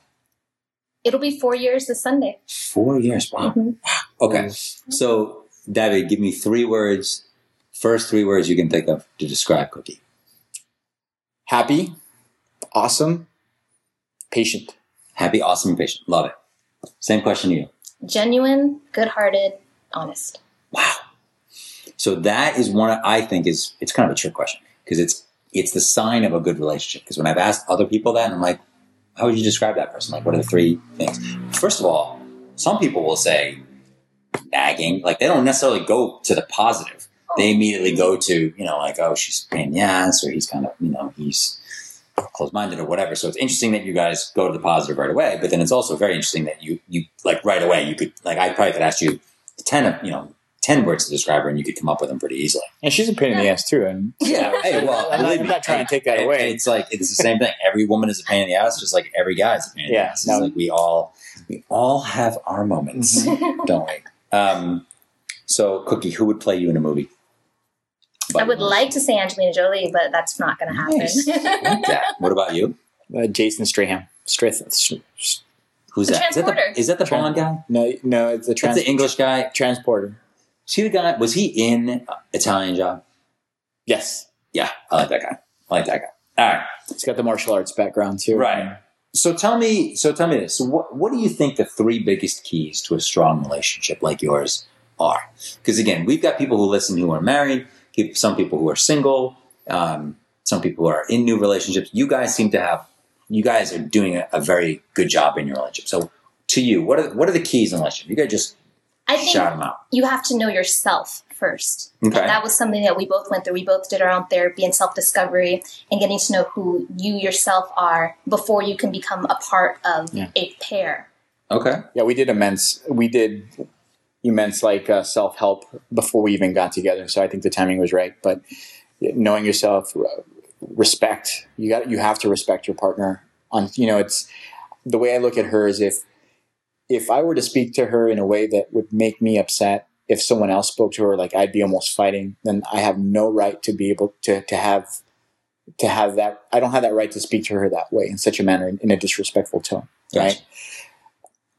[SPEAKER 3] It'll be four years this Sunday.
[SPEAKER 1] Mm-hmm. Four years. Wow.
[SPEAKER 3] Mhm.
[SPEAKER 1] Okay. So David, give me three words, first three words you can think of to describe Cookie.
[SPEAKER 2] Happy, awesome, patient.
[SPEAKER 1] Happy, awesome, and patient. Love it. Same question to you.
[SPEAKER 3] Genuine, good hearted, honest.
[SPEAKER 1] Wow. So that is one I think is it's kind of a trick question because it's it's the sign of a good relationship. Because when I've asked other people that, I'm like, how would you describe that person? Like, what are the three things? First of all, some people will say nagging. Like, they don't necessarily go to the positive. They immediately go to you know like, oh, she's a pain in the ass, or he's kind of you know he's closed minded or whatever. So it's interesting that you guys go to the positive right away. But then it's also very interesting that you you like right away you could like I probably could ask you ten of you know ten words to describe her and you could come up with them pretty easily.
[SPEAKER 2] And she's a pain in the ass too. And
[SPEAKER 1] Yeah. Hey, well,
[SPEAKER 2] I'm not,
[SPEAKER 1] believe
[SPEAKER 2] I'm
[SPEAKER 1] me,
[SPEAKER 2] not trying to take that
[SPEAKER 1] and-
[SPEAKER 2] away.
[SPEAKER 1] and it's like it's the same thing. Every woman is a pain in the ass, just like every guy is a pain in the
[SPEAKER 2] Yeah,
[SPEAKER 1] ass. It's
[SPEAKER 2] no.
[SPEAKER 1] like we all we all have our
[SPEAKER 3] *laughs*
[SPEAKER 1] moments, don't we? Um, so, Cookie, who would play you in a movie?
[SPEAKER 3] I would like to say Angelina Jolie, but that's not going to happen. *laughs*
[SPEAKER 1] Nice. I like that. What about you?
[SPEAKER 2] Uh, Jason Strahan. Strath. s- s-
[SPEAKER 1] Who's
[SPEAKER 3] The
[SPEAKER 1] that? Is that the,
[SPEAKER 3] transporter.
[SPEAKER 1] is that the
[SPEAKER 2] Tran-
[SPEAKER 1] blonde guy?
[SPEAKER 2] No, no, it's the
[SPEAKER 1] That's
[SPEAKER 2] trans-
[SPEAKER 1] the English guy.
[SPEAKER 2] transporter.
[SPEAKER 1] See the guy? Was he in uh, Italian Job?
[SPEAKER 2] Yes,
[SPEAKER 1] Yeah, I like that guy. I like that guy. All right.
[SPEAKER 2] it's got the martial arts background too.
[SPEAKER 1] Right. So tell me, so tell me this. So what what do you think the three biggest keys to a strong relationship like yours are? Because again, we've got people who listen who are married, peop- some people who are single, um, some people who are in new relationships. You guys seem to have, you guys are doing a, a very good job in your relationship. So to you, what are what are the keys in a relationship? You guys just
[SPEAKER 3] I think
[SPEAKER 1] shout them out.
[SPEAKER 3] you have to know yourself first.
[SPEAKER 1] Okay.
[SPEAKER 3] And that was something that we both went through. We both did our own therapy and self discovery and getting to know who you yourself are before you can become a part of
[SPEAKER 2] Yeah.
[SPEAKER 3] a pair.
[SPEAKER 1] Okay.
[SPEAKER 2] Yeah, we did immense. We did immense like uh, self help before we even got together. So I think the timing was right. But knowing yourself, r- respect. You got. You have to respect your partner. On you know, it's the way I look at her is if if I were to speak to her in a way that would make me upset. If someone else spoke to her, like I'd be almost fighting, then I have no right to be able to to have to have that. I don't have that right to speak to her that way in such a manner in, in a disrespectful tone,
[SPEAKER 1] Gotcha.
[SPEAKER 2] right?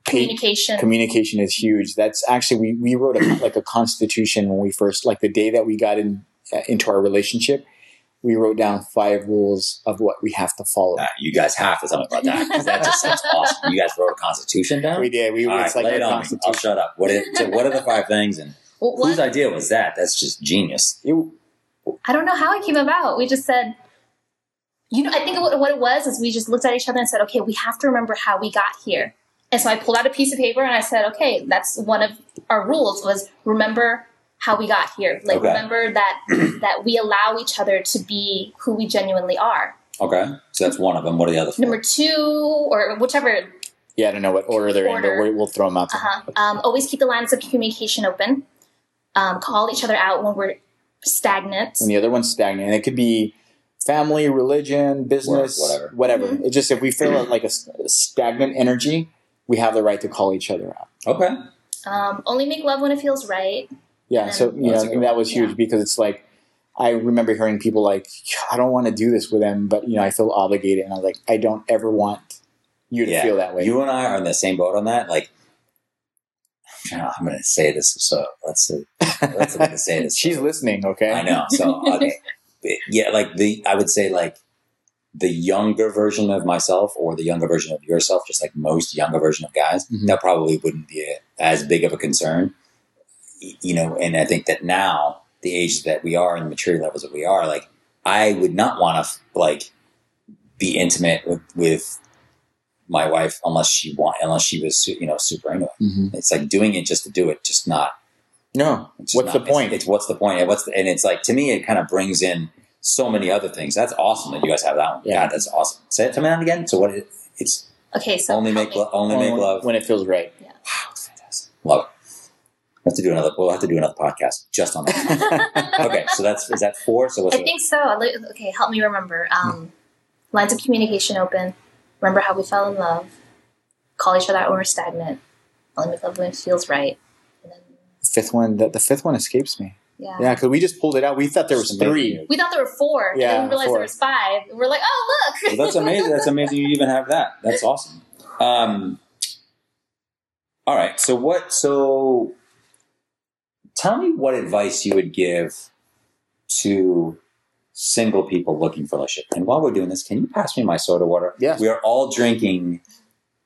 [SPEAKER 3] Communication.
[SPEAKER 2] communication is huge that's actually we, we wrote
[SPEAKER 1] *clears throat*
[SPEAKER 2] a, like a constitution when we first like the day that we got in uh, into our relationship we wrote down five rules of what we have to follow
[SPEAKER 1] Uh, you guys have to tell me about that 'cause that just sounds awesome. You guys wrote a constitution down.
[SPEAKER 2] we did we
[SPEAKER 1] All
[SPEAKER 2] it's
[SPEAKER 1] right,
[SPEAKER 2] like
[SPEAKER 1] lay it
[SPEAKER 2] a
[SPEAKER 1] on me. I'll
[SPEAKER 2] constitution
[SPEAKER 1] shut up. What, is, so what are the five things? And
[SPEAKER 3] Well,
[SPEAKER 1] whose
[SPEAKER 3] what-
[SPEAKER 1] idea was that? That's just genius.
[SPEAKER 2] It-
[SPEAKER 3] I don't know how it came about. We just said, you know, I think what, what it was is we just looked at each other and said, okay, we have to remember how we got here. And so I pulled out a piece of paper and I said, okay, that's one of our rules was remember how we got here. Like
[SPEAKER 1] Okay. *clears throat*
[SPEAKER 3] remember that that we allow each other to be who we genuinely are.
[SPEAKER 1] Okay, so that's one of them. What are the other four?
[SPEAKER 3] Number two, or whichever.
[SPEAKER 2] yeah i don't know what order they're in
[SPEAKER 3] Order.
[SPEAKER 2] but we- we'll throw them out there.
[SPEAKER 3] Uh-huh. Um, always keep the lines of communication open. Um, call each other out when we're stagnant.
[SPEAKER 2] and the other one's stagnant. And it could be family, religion, business,
[SPEAKER 1] whatever. Mm-hmm.
[SPEAKER 2] whatever. It's just if we feel like a s- stagnant energy, we have the right to call each other out.
[SPEAKER 1] okay,
[SPEAKER 3] Um, only make love when it feels right.
[SPEAKER 2] Yeah. So you
[SPEAKER 1] That's a
[SPEAKER 2] know
[SPEAKER 1] good
[SPEAKER 2] that was huge
[SPEAKER 3] Yeah.
[SPEAKER 2] because it's like I remember hearing people like, I don't want to do this with them, but you know I feel obligated, and I was like, I don't ever want you to
[SPEAKER 1] Yeah.
[SPEAKER 2] feel that way.
[SPEAKER 1] you and I are in the same boat on that. Like, I'm going to say this. So let's see. *laughs* Let's look to say this.
[SPEAKER 2] She's listening, okay?
[SPEAKER 1] I know. So okay, *laughs* yeah, like the I would say like the younger version of myself or the younger version of yourself, just like most younger version of guys,
[SPEAKER 2] Mhm.
[SPEAKER 1] that probably wouldn't be a, as big of a concern, Y- you know. And I think that now the age that we are and the maturity levels that we are, like I would not want to like be intimate with, with my wife unless she want unless she was su- you know super into it.
[SPEAKER 2] Mhm.
[SPEAKER 1] It's like doing it just to do it, just not
[SPEAKER 2] No.
[SPEAKER 1] it's
[SPEAKER 2] What's
[SPEAKER 1] not-
[SPEAKER 2] the point?
[SPEAKER 1] It's, it's what's the point? And what's the, and it's like to me, it kind of brings in so many other things. That's awesome that you guys have that one.
[SPEAKER 2] Yeah.
[SPEAKER 1] God, that's awesome. Say it to me that again. So what? It, it's
[SPEAKER 3] Okay, so
[SPEAKER 1] only
[SPEAKER 3] help
[SPEAKER 1] make
[SPEAKER 3] me.
[SPEAKER 1] lo- only make
[SPEAKER 2] Only
[SPEAKER 1] love.
[SPEAKER 2] when it feels right.
[SPEAKER 1] Fantastic. Love. It. We'll have to do another. We'll have to do another podcast just on that.
[SPEAKER 3] *laughs*
[SPEAKER 1] okay, so that's is that four? So what's
[SPEAKER 3] I
[SPEAKER 1] the-
[SPEAKER 3] think so. I'll let- Okay, help me remember. Um, lines of communication open. Remember how we fell in love. Call each other out when we're stagnant. Only make love when it feels right. And then,
[SPEAKER 2] Fifth one. The, the fifth one escapes me.
[SPEAKER 3] yeah.
[SPEAKER 2] Yeah, because we just pulled it out. We thought there was three.
[SPEAKER 3] We thought there were four. and
[SPEAKER 2] Yeah,
[SPEAKER 3] then we realized
[SPEAKER 2] four.
[SPEAKER 3] there was five. And We're like, oh look.
[SPEAKER 1] Well, that's
[SPEAKER 3] *laughs*
[SPEAKER 1] amazing. That's amazing. You even have that. That's awesome. Um, all right. So what? So Tell me what advice you would give to single people looking for liship. And while we're doing this, can you pass me my soda water?
[SPEAKER 2] Yes.
[SPEAKER 1] We are all drinking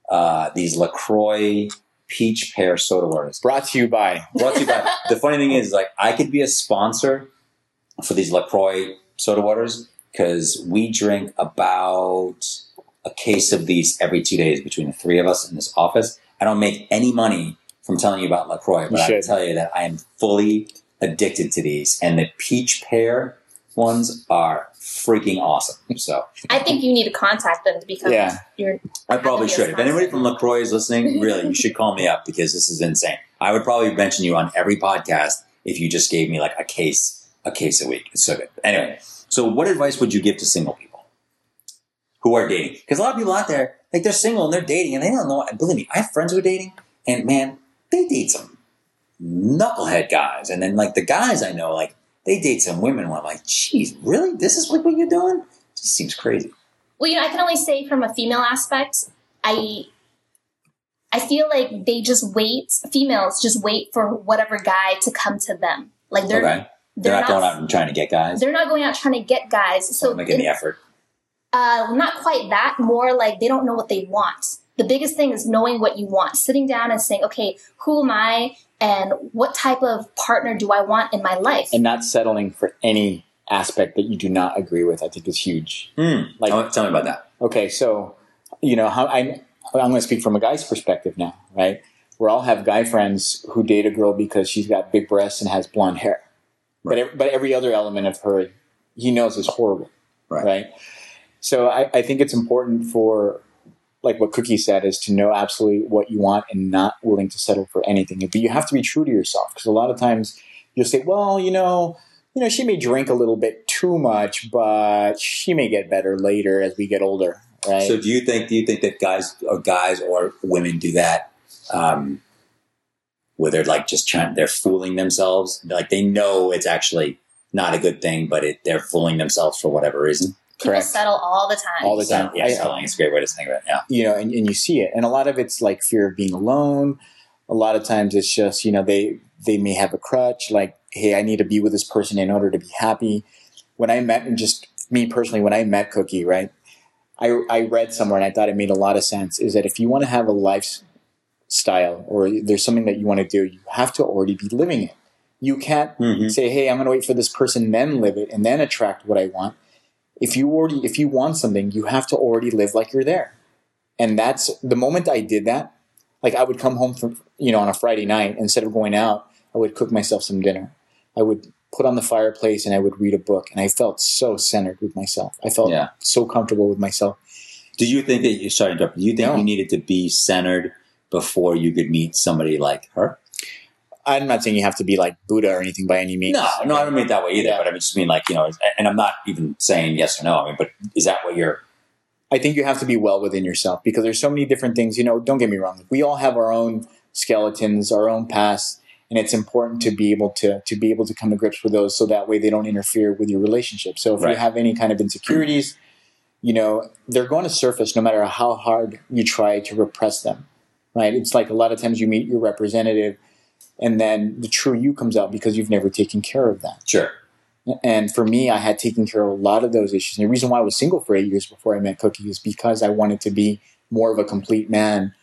[SPEAKER 1] uh, these LaCroix peach pear soda waters.
[SPEAKER 2] Brought to you by
[SPEAKER 1] Brought to you by. the funny thing is, like, I could be a sponsor for these LaCroix soda waters because we drink about a case of these every two days between the three of us in this office. I don't make any money from telling you about LaCroix, but I can
[SPEAKER 2] should.
[SPEAKER 1] tell you that I am fully addicted to these. And the peach pear ones are freaking awesome. So
[SPEAKER 3] I think you need to contact them to become
[SPEAKER 2] Yeah.
[SPEAKER 3] your.
[SPEAKER 1] I probably
[SPEAKER 3] Yes,
[SPEAKER 1] should. If anybody from LaCroix is listening, really, you should call me up because this is insane. I would probably mention you on every podcast if you just gave me like a case, a case a week. It's so good. Anyway, so what advice would you give to single people who are dating? Because a lot of people out there, like they're single and they're dating and they don't know. Believe me, I have friends who are dating and man, they date some knucklehead guys. And then like the guys I know, like they date some women where I'm like, geez, really? This is like what you're doing? Just seems crazy.
[SPEAKER 3] Well, you know, I can only say from a female aspect, I. I feel like they just wait. Females just wait for whatever guy to come to them. Like they're
[SPEAKER 1] okay. They're, not going out and trying to get guys.
[SPEAKER 3] They're not going out trying to get guys.
[SPEAKER 1] So
[SPEAKER 3] So
[SPEAKER 1] making
[SPEAKER 3] it-
[SPEAKER 1] the effort.
[SPEAKER 3] Uh, not quite that. More like they don't know what they want. The biggest thing is knowing what you want. Sitting down and saying, okay, who am I, and what type of partner do I want in my life?
[SPEAKER 2] and not settling for any aspect that you do not agree with. I think is huge.
[SPEAKER 1] Like,
[SPEAKER 2] Like-
[SPEAKER 1] Hmm. tell me about that.
[SPEAKER 2] Okay, so you know how I I'm going to speak from a guy's perspective now, right? Where I'll have guy friends who date a girl because she's got big breasts and has blonde hair, but ev- but every other element of her he knows is horrible,
[SPEAKER 1] Right.
[SPEAKER 2] So I, I think it's important for like what Cookie said is to know absolutely what you want and not willing to settle for anything. But you have to be true to yourself because a lot of times you'll say, well, you know, you know, she may drink a little bit too much, but she may get better later as we get older, right?
[SPEAKER 1] So, do you think do you think that guys or guys or women do that, um, where they're like just trying, they're fooling themselves, like they know it's actually not a good thing, but it, they're fooling themselves for whatever reason.
[SPEAKER 3] People
[SPEAKER 2] correct.
[SPEAKER 3] settle all the time.
[SPEAKER 2] All the time.
[SPEAKER 1] yeah,
[SPEAKER 2] I-
[SPEAKER 1] settling is a great way to think about it. Yeah,
[SPEAKER 2] you know, and, and you see it. And a lot of it's like fear of being alone. A lot of times it's just, you know, they they may have a crutch, like, hey, I need to be with this person in order to be happy. When I met and just me personally, when I met Cookie, right? I I read somewhere and I thought it made a lot of sense, is that if you want to have a lifestyle or there's something that you want to do, you have to already be living it. You can't
[SPEAKER 1] Mhm.
[SPEAKER 2] say, hey, I'm gonna wait for this person, then live it and then attract what I want. If you already if you want something, you have to already live like you're there. And that's the moment I did that, like I would come home from, you know, on a Friday night, instead of going out, I would cook myself some dinner. I would put on the fireplace and I would read a book. And I felt so centered with myself. I felt
[SPEAKER 1] Yeah.
[SPEAKER 2] so comfortable with myself.
[SPEAKER 1] Do you think that you sorry, to interrupt, do you think
[SPEAKER 2] No.
[SPEAKER 1] you needed to be centered before you could meet somebody like her?
[SPEAKER 2] I'm not saying you have to be like Buddha or anything by any means.
[SPEAKER 1] No, no, I don't mean it that way either.
[SPEAKER 2] Yeah.
[SPEAKER 1] But I mean, just mean like you know, and I'm not even saying yes or no. I mean, but is that what you're?
[SPEAKER 2] I think you have to be well within yourself because there's so many different things. You know, don't get me wrong. We all have our own skeletons, our own past, and it's important to be able to to be able to come to grips with those so that way they don't interfere with your relationship. So if
[SPEAKER 1] Right.
[SPEAKER 2] you have any kind of insecurities, you know, they're going to surface no matter how hard you try to repress them. Right? It's like a lot of times you meet your representative and then the true you comes out because you've never taken care of that.
[SPEAKER 1] Sure.
[SPEAKER 2] And for me, I had taken care of a lot of those issues. And the reason why I was single for eight years before I met Cookie is because I wanted to be more of a complete man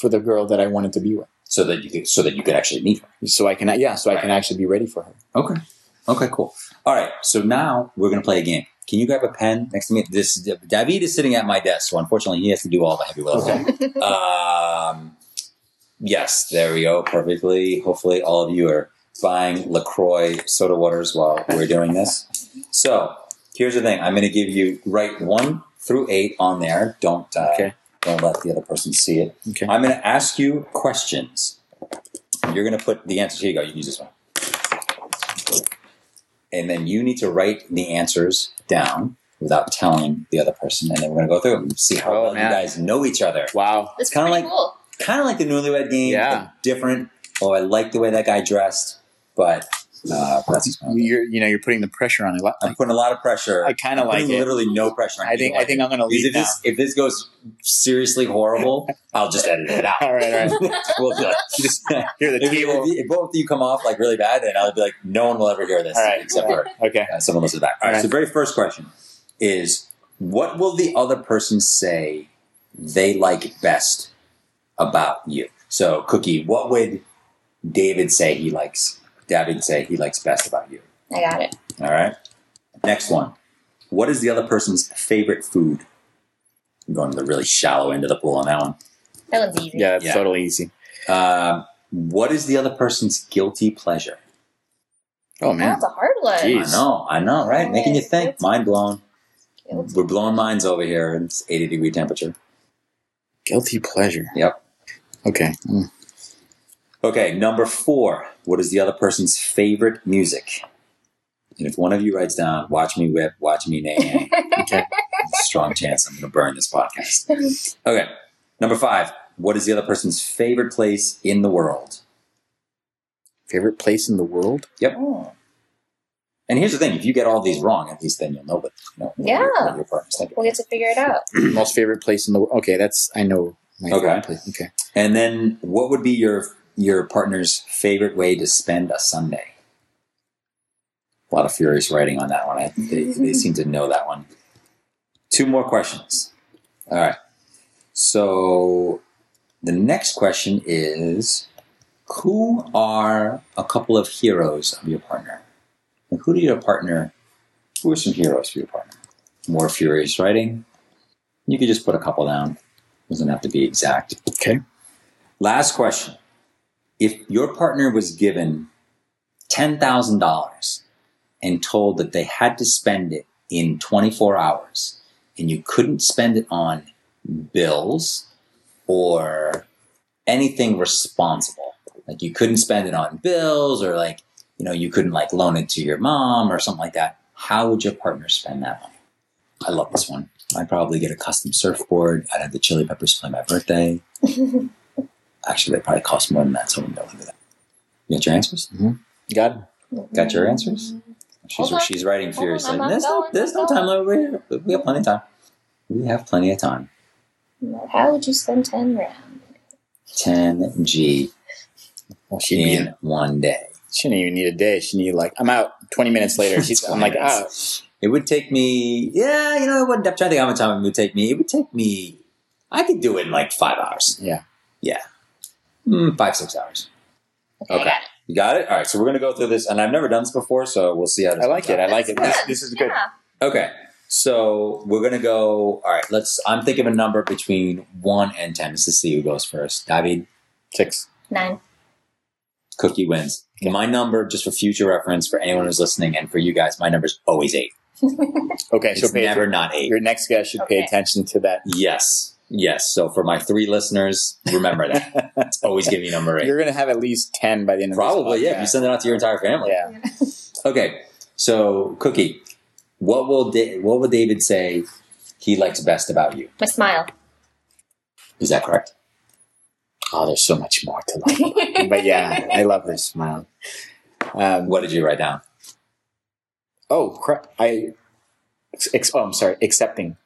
[SPEAKER 2] for the girl that I wanted to be with.
[SPEAKER 1] so that you could, so that you could actually meet her.
[SPEAKER 2] So I can, yeah, so I can actually be ready for her.
[SPEAKER 1] Okay. Okay. Cool. All right. So now we're gonna play a game. Can you grab a pen next to me? This David is sitting at my desk, so unfortunately he has to do all the heavy lifting. um, yes, there we go. Perfectly. Hopefully, all of you are buying Lacroix soda waters while we're doing this. So here's the thing: I'm gonna give you write one through eight on there. Don't uh,
[SPEAKER 2] Okay.
[SPEAKER 1] don't let the other person see it.
[SPEAKER 2] Okay.
[SPEAKER 1] I'm going to ask you questions. You're going to put the answers. Here you go. You can use this one. And then you need to write the answers down without telling the other person. And then we're going to go through and see how
[SPEAKER 2] Oh,
[SPEAKER 1] well
[SPEAKER 2] man.
[SPEAKER 1] you guys know each other.
[SPEAKER 2] Wow.
[SPEAKER 3] That's
[SPEAKER 1] kinda
[SPEAKER 3] pretty
[SPEAKER 1] like-
[SPEAKER 3] cool.
[SPEAKER 1] Kind of like the newlywed game.
[SPEAKER 2] Yeah.
[SPEAKER 1] but Different. Oh, I like the way that guy dressed, but Uh, that's
[SPEAKER 2] You're you know you're putting the pressure on it. Like,
[SPEAKER 1] I'm putting a lot of pressure.
[SPEAKER 2] I kind of
[SPEAKER 1] I'm
[SPEAKER 2] like
[SPEAKER 1] putting
[SPEAKER 2] it.
[SPEAKER 1] literally no pressure. on
[SPEAKER 2] I think
[SPEAKER 1] anyone.
[SPEAKER 2] I think I'm gonna
[SPEAKER 1] Because
[SPEAKER 2] leave
[SPEAKER 1] if
[SPEAKER 2] now.
[SPEAKER 1] this if this goes seriously horrible, I'll just edit it out.
[SPEAKER 2] all *laughs* right, all right.
[SPEAKER 1] we'll do it. *laughs* Just, *laughs*
[SPEAKER 2] Here the
[SPEAKER 1] if,
[SPEAKER 2] table.
[SPEAKER 1] if- if both of you come off like really bad, then I'll be like, no one will ever hear this
[SPEAKER 2] All right.
[SPEAKER 1] except for
[SPEAKER 2] Okay.
[SPEAKER 1] uh, someone listens back. All right.
[SPEAKER 2] All right.
[SPEAKER 1] So, very first question is, what will the other person say they like best about you? So, Cookie, what would David say he likes? David say he likes best about you.
[SPEAKER 3] I got it.
[SPEAKER 1] All right. Next one. What is the other person's favorite food? I'm going to the really shallow end of the pool on that one.
[SPEAKER 3] That one's easy.
[SPEAKER 2] Yeah, that's
[SPEAKER 1] Yeah.
[SPEAKER 2] totally easy.
[SPEAKER 1] Um, what is the other person's guilty pleasure?
[SPEAKER 2] Oh man.
[SPEAKER 3] That's a hard one.
[SPEAKER 2] Jeez.
[SPEAKER 1] I know, I know, right? Making you think. Mind blown.
[SPEAKER 3] Guilty.
[SPEAKER 1] We're blowing minds over here. and It's 80 degree temperature.
[SPEAKER 2] Guilty pleasure.
[SPEAKER 1] Yep.
[SPEAKER 2] Okay. Mm.
[SPEAKER 1] Okay, number four. What is the other person's favorite music? And if one of you writes down, watch me whip, watch me nay, *laughs*
[SPEAKER 2] Okay.
[SPEAKER 1] strong chance I'm going to burn this podcast. Okay. Number five. What is the other person's favorite place in the world?
[SPEAKER 2] Favorite place in the world? *clears throat*
[SPEAKER 3] Mm.
[SPEAKER 1] And here's the thing: if you get all these wrong, at least then you'll know. But you know, what your-
[SPEAKER 3] Yeah.
[SPEAKER 1] what your partner's thinking.
[SPEAKER 3] We'll get to figure it out.
[SPEAKER 2] Most favorite place in the world. Okay, that's I know. My
[SPEAKER 1] Okay.
[SPEAKER 2] favorite place. Okay.
[SPEAKER 1] And then, what would be your your partner's favorite way to spend a Sunday? A lot of furious writing on that one. I, they, they seem to know that one. Two more questions. All right. So the next question is: Who are a couple of heroes of your partner? Like, who do your partner? Who are some heroes for your partner? More furious writing. You could just put a couple down. Doesn't have to be exact.
[SPEAKER 2] Okay.
[SPEAKER 1] Last question. If your partner was given $10,000 and told that they had to spend it in 24 hours and you couldn't spend it on bills or anything responsible, like you couldn't spend it on bills or like, you know, you couldn't like loan it to your mom or something like that, how would your partner spend that money? I love this one. I'd probably get a custom surfboard. I'd have the Chili Peppers play my birthday. Actually, they probably cost more than that, so we don't do that. You got your answers?
[SPEAKER 2] God.
[SPEAKER 1] Got your answers? She's,
[SPEAKER 3] Hold on.
[SPEAKER 1] she's writing
[SPEAKER 3] Hold on,
[SPEAKER 1] furiously.
[SPEAKER 3] I'm not
[SPEAKER 1] there's no,
[SPEAKER 3] going,
[SPEAKER 1] there's
[SPEAKER 3] I'm
[SPEAKER 1] no time limit. We have, we have plenty of time. We have plenty of time.
[SPEAKER 3] How would you spend 10 grand?
[SPEAKER 1] 10 G
[SPEAKER 2] Well, she didn't even-
[SPEAKER 1] in one day.
[SPEAKER 2] she didn't even need a day. She needed like I'm out. Twenty minutes later, she's I'm like oh,
[SPEAKER 1] It would take me, yeah, you know, it wouldn't, I'm trying to think how much time it would take me. It would take me, I could do it in like five hours.
[SPEAKER 2] Yeah.
[SPEAKER 1] Yeah. Mm, five, six hours.
[SPEAKER 3] I got it.
[SPEAKER 1] You got it? All right. So we're going to go through this, and I've never done this before, so we'll see how this
[SPEAKER 2] I like
[SPEAKER 1] goes.
[SPEAKER 2] it. I like it. This, this
[SPEAKER 3] *laughs*
[SPEAKER 2] is good.
[SPEAKER 3] Yeah.
[SPEAKER 1] Okay. So we're gonna go. All right. Let's. I'm thinking of a number between one and ten. Let's just see who goes first. David,
[SPEAKER 2] Six.
[SPEAKER 3] Nine.
[SPEAKER 1] Cookie wins. My number, just for future reference, for anyone who's listening, and for you guys, my number's always eight.
[SPEAKER 2] Okay, so
[SPEAKER 1] It's
[SPEAKER 2] pay
[SPEAKER 1] never not eight.
[SPEAKER 2] your next guy should pay
[SPEAKER 3] Okay.
[SPEAKER 2] attention to that.
[SPEAKER 1] Yes. Yes. So for my three listeners, remember that.
[SPEAKER 2] *laughs*
[SPEAKER 1] it's always give me number 8
[SPEAKER 2] You're gonna have at least ten by the end of
[SPEAKER 1] Probably.
[SPEAKER 2] this
[SPEAKER 1] Yeah. If you send it out to your entire family.
[SPEAKER 2] yeah.
[SPEAKER 1] Okay. So Cookie, what will da- what would David say he likes best about you?
[SPEAKER 3] My smile.
[SPEAKER 1] Is that correct?
[SPEAKER 2] Oh, there's so much more to like. but yeah, I love her smile. Um,
[SPEAKER 1] What did you write down?
[SPEAKER 2] oh crap! I ex- ex- oh, I'm sorry. Accepting.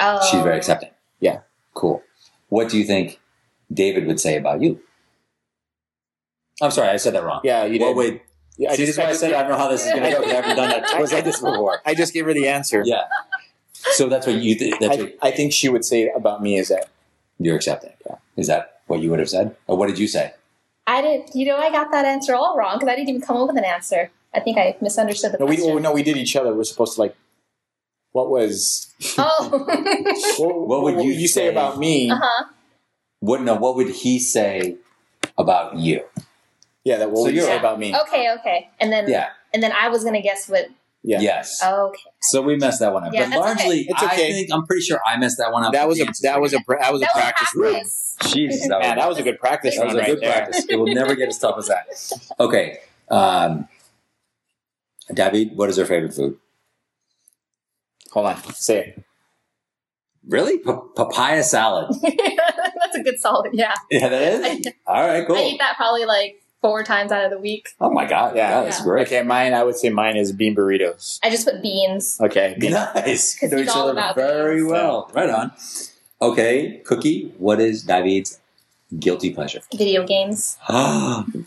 [SPEAKER 3] Oh.
[SPEAKER 1] She's very accepting.
[SPEAKER 2] Yeah.
[SPEAKER 1] Cool. What do you think David would say about you? I'm sorry, I said that wrong.
[SPEAKER 2] Yeah, you
[SPEAKER 1] What
[SPEAKER 2] did.
[SPEAKER 1] would-
[SPEAKER 2] Yeah, I
[SPEAKER 1] See,
[SPEAKER 2] just,
[SPEAKER 1] this is why I
[SPEAKER 2] just-
[SPEAKER 1] said I don't know how this is going to go because I haven't done
[SPEAKER 2] *laughs*
[SPEAKER 1] that twice like this before.
[SPEAKER 2] I just gave her the answer.
[SPEAKER 1] Yeah. So that's what you. Th- that's
[SPEAKER 2] I,
[SPEAKER 1] what
[SPEAKER 2] I think she would say about me is that
[SPEAKER 1] you're accepting.
[SPEAKER 2] Yeah.
[SPEAKER 1] Is that what you would have said, or what did you say?
[SPEAKER 3] I didn't, you know, I got that answer all wrong because I didn't even come up with an answer. I think I misunderstood the
[SPEAKER 2] no, we
[SPEAKER 3] question.
[SPEAKER 2] oh, no, we did each other. We're supposed to like. What was
[SPEAKER 3] Oh. *laughs*
[SPEAKER 2] what,
[SPEAKER 1] What would you
[SPEAKER 2] say,
[SPEAKER 1] say?
[SPEAKER 2] about me?
[SPEAKER 3] uh huh.
[SPEAKER 1] What no? What would he say about you?
[SPEAKER 2] Yeah, that what
[SPEAKER 1] So
[SPEAKER 2] would you
[SPEAKER 1] you're-
[SPEAKER 2] say about me?
[SPEAKER 3] Okay, okay. And then
[SPEAKER 1] Yeah.
[SPEAKER 3] and then I was gonna guess what
[SPEAKER 2] Yeah.
[SPEAKER 1] Yes.
[SPEAKER 3] okay.
[SPEAKER 1] so we messed that one up,
[SPEAKER 3] Oh. Yeah,
[SPEAKER 1] but
[SPEAKER 3] that's okay.
[SPEAKER 1] largely,
[SPEAKER 2] It's
[SPEAKER 1] I
[SPEAKER 2] okay.
[SPEAKER 1] think I'm pretty sure I messed that one up.
[SPEAKER 2] That
[SPEAKER 1] with
[SPEAKER 2] was
[SPEAKER 1] the
[SPEAKER 2] a
[SPEAKER 1] answers.
[SPEAKER 2] that was a pra- that was a
[SPEAKER 3] That was
[SPEAKER 2] practice run.
[SPEAKER 1] Jesus.
[SPEAKER 2] *laughs*
[SPEAKER 1] That was
[SPEAKER 2] Man, that was a good practice
[SPEAKER 1] That was
[SPEAKER 2] run
[SPEAKER 1] a
[SPEAKER 2] right
[SPEAKER 1] good
[SPEAKER 2] there.
[SPEAKER 1] practice. It will never get as tough as that. Okay. Um, David, what is her favorite food?
[SPEAKER 2] Hold on, say it.
[SPEAKER 1] Really? Pa- papaya salad. *laughs*
[SPEAKER 3] *laughs* That's a good solid, yeah.
[SPEAKER 1] Yeah, that is? All right,
[SPEAKER 3] I
[SPEAKER 1] cool.
[SPEAKER 3] eat that probably like four times out of the week.
[SPEAKER 1] Oh my god!
[SPEAKER 2] Yeah.
[SPEAKER 1] Yeah, that's great.
[SPEAKER 2] Okay, mine. I would say mine is bean burritos.
[SPEAKER 3] I just put beans.
[SPEAKER 1] *laughs*
[SPEAKER 2] Okay,
[SPEAKER 1] *laughs*
[SPEAKER 2] bean-
[SPEAKER 1] Nice.
[SPEAKER 3] Because
[SPEAKER 1] Know
[SPEAKER 3] he's
[SPEAKER 1] each
[SPEAKER 3] all
[SPEAKER 1] other
[SPEAKER 3] about
[SPEAKER 1] very
[SPEAKER 3] things.
[SPEAKER 1] well. Right on. Okay, Cookie. What is David's guilty pleasure? *gasps*
[SPEAKER 3] Video games.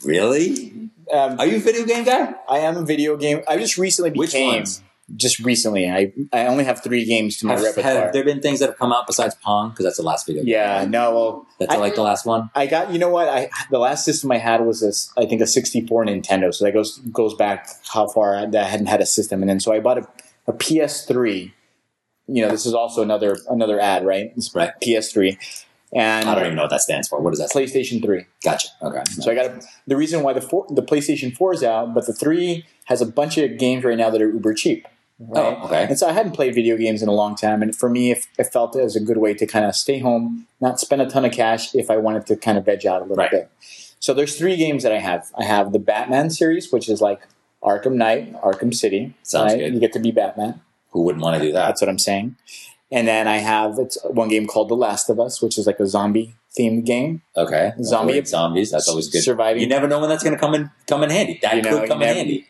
[SPEAKER 1] really?
[SPEAKER 2] um,
[SPEAKER 1] Are you a video game guy?
[SPEAKER 2] I am a video game. I just recently became.
[SPEAKER 1] Which ones?
[SPEAKER 2] Just recently, I I only have three games to my
[SPEAKER 1] Have,
[SPEAKER 2] repertoire.
[SPEAKER 1] have there been things that have come out besides Pong? Because that's the last video. game.
[SPEAKER 2] yeah, no. Well,
[SPEAKER 1] That's
[SPEAKER 2] I-
[SPEAKER 1] like the last one.
[SPEAKER 2] I got you know what I the last system I had was this I think a 64 Nintendo so that goes goes back how far I, that I hadn't had a system and then so I bought a, a PS3 you know this is also another another ad right It's
[SPEAKER 1] Right.
[SPEAKER 2] PS3 and
[SPEAKER 1] I don't even know what that stands for. What is that?
[SPEAKER 2] PlayStation 3
[SPEAKER 1] Gotcha. Okay.
[SPEAKER 2] so I got a, the reason why the four, the PlayStation 4 is out but the 3 has a bunch of games right now that are uber cheap right?
[SPEAKER 1] Oh, okay.
[SPEAKER 2] And so I hadn't played video games in a long time, and for me, it, it felt as a good way to kind of stay home, not spend a ton of cash if I wanted to kind of veg out a little
[SPEAKER 1] Right.
[SPEAKER 2] bit. So there's three games that I have. I have the Batman series, which is like Arkham Knight, Arkham City.
[SPEAKER 1] Sounds
[SPEAKER 2] right?
[SPEAKER 1] good.
[SPEAKER 2] You get to be Batman.
[SPEAKER 1] Who wouldn't want to do that?
[SPEAKER 2] That's what I'm saying. And then I have it's one game called The Last of Us, which is like a zombie themed game.
[SPEAKER 1] Okay.
[SPEAKER 2] Zombie-
[SPEAKER 1] Avoid zombies. That's always good.
[SPEAKER 2] Surviving.
[SPEAKER 1] You never know when that's going to come in come in handy. That
[SPEAKER 2] You know,
[SPEAKER 1] could
[SPEAKER 2] you
[SPEAKER 1] come in
[SPEAKER 2] never-
[SPEAKER 1] handy.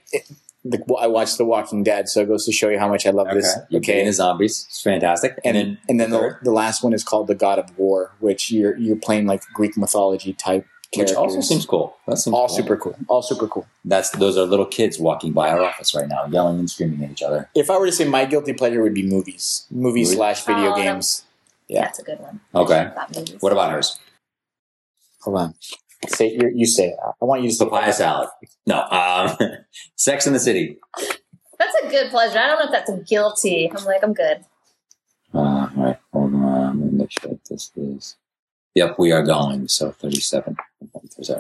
[SPEAKER 2] The, I watched The Walking Dead, so it goes to show you how much I love this.
[SPEAKER 1] You're okay. into zombies. It's fantastic.
[SPEAKER 2] and then and then the,
[SPEAKER 1] third,
[SPEAKER 2] the last one is called the God of War, which you're you're playing like Greek mythology type
[SPEAKER 1] which
[SPEAKER 2] characters.
[SPEAKER 1] also seems cool. That seems
[SPEAKER 2] all
[SPEAKER 1] cool.
[SPEAKER 2] super cool, all super cool.
[SPEAKER 1] That's those are little kids walking by our office right now, yelling and screaming at each other.
[SPEAKER 2] If I were to say my guilty pleasure would be movies, movies
[SPEAKER 1] Movies?
[SPEAKER 2] slash video
[SPEAKER 3] Oh, no.
[SPEAKER 2] games. Yeah.
[SPEAKER 3] That's a good one.
[SPEAKER 1] Okay.
[SPEAKER 3] About movies.
[SPEAKER 1] What about hers?
[SPEAKER 2] Hold on, say you, you say. it. I want you to say.
[SPEAKER 1] Papaya salad. No. Um, *laughs* Sex in the City.
[SPEAKER 3] That's a good pleasure. I don't know if that's a guilty. I'm like, I'm good.
[SPEAKER 1] Uh, all right. Hold on. Let me make sure that this is. Yep, we are going. So 37.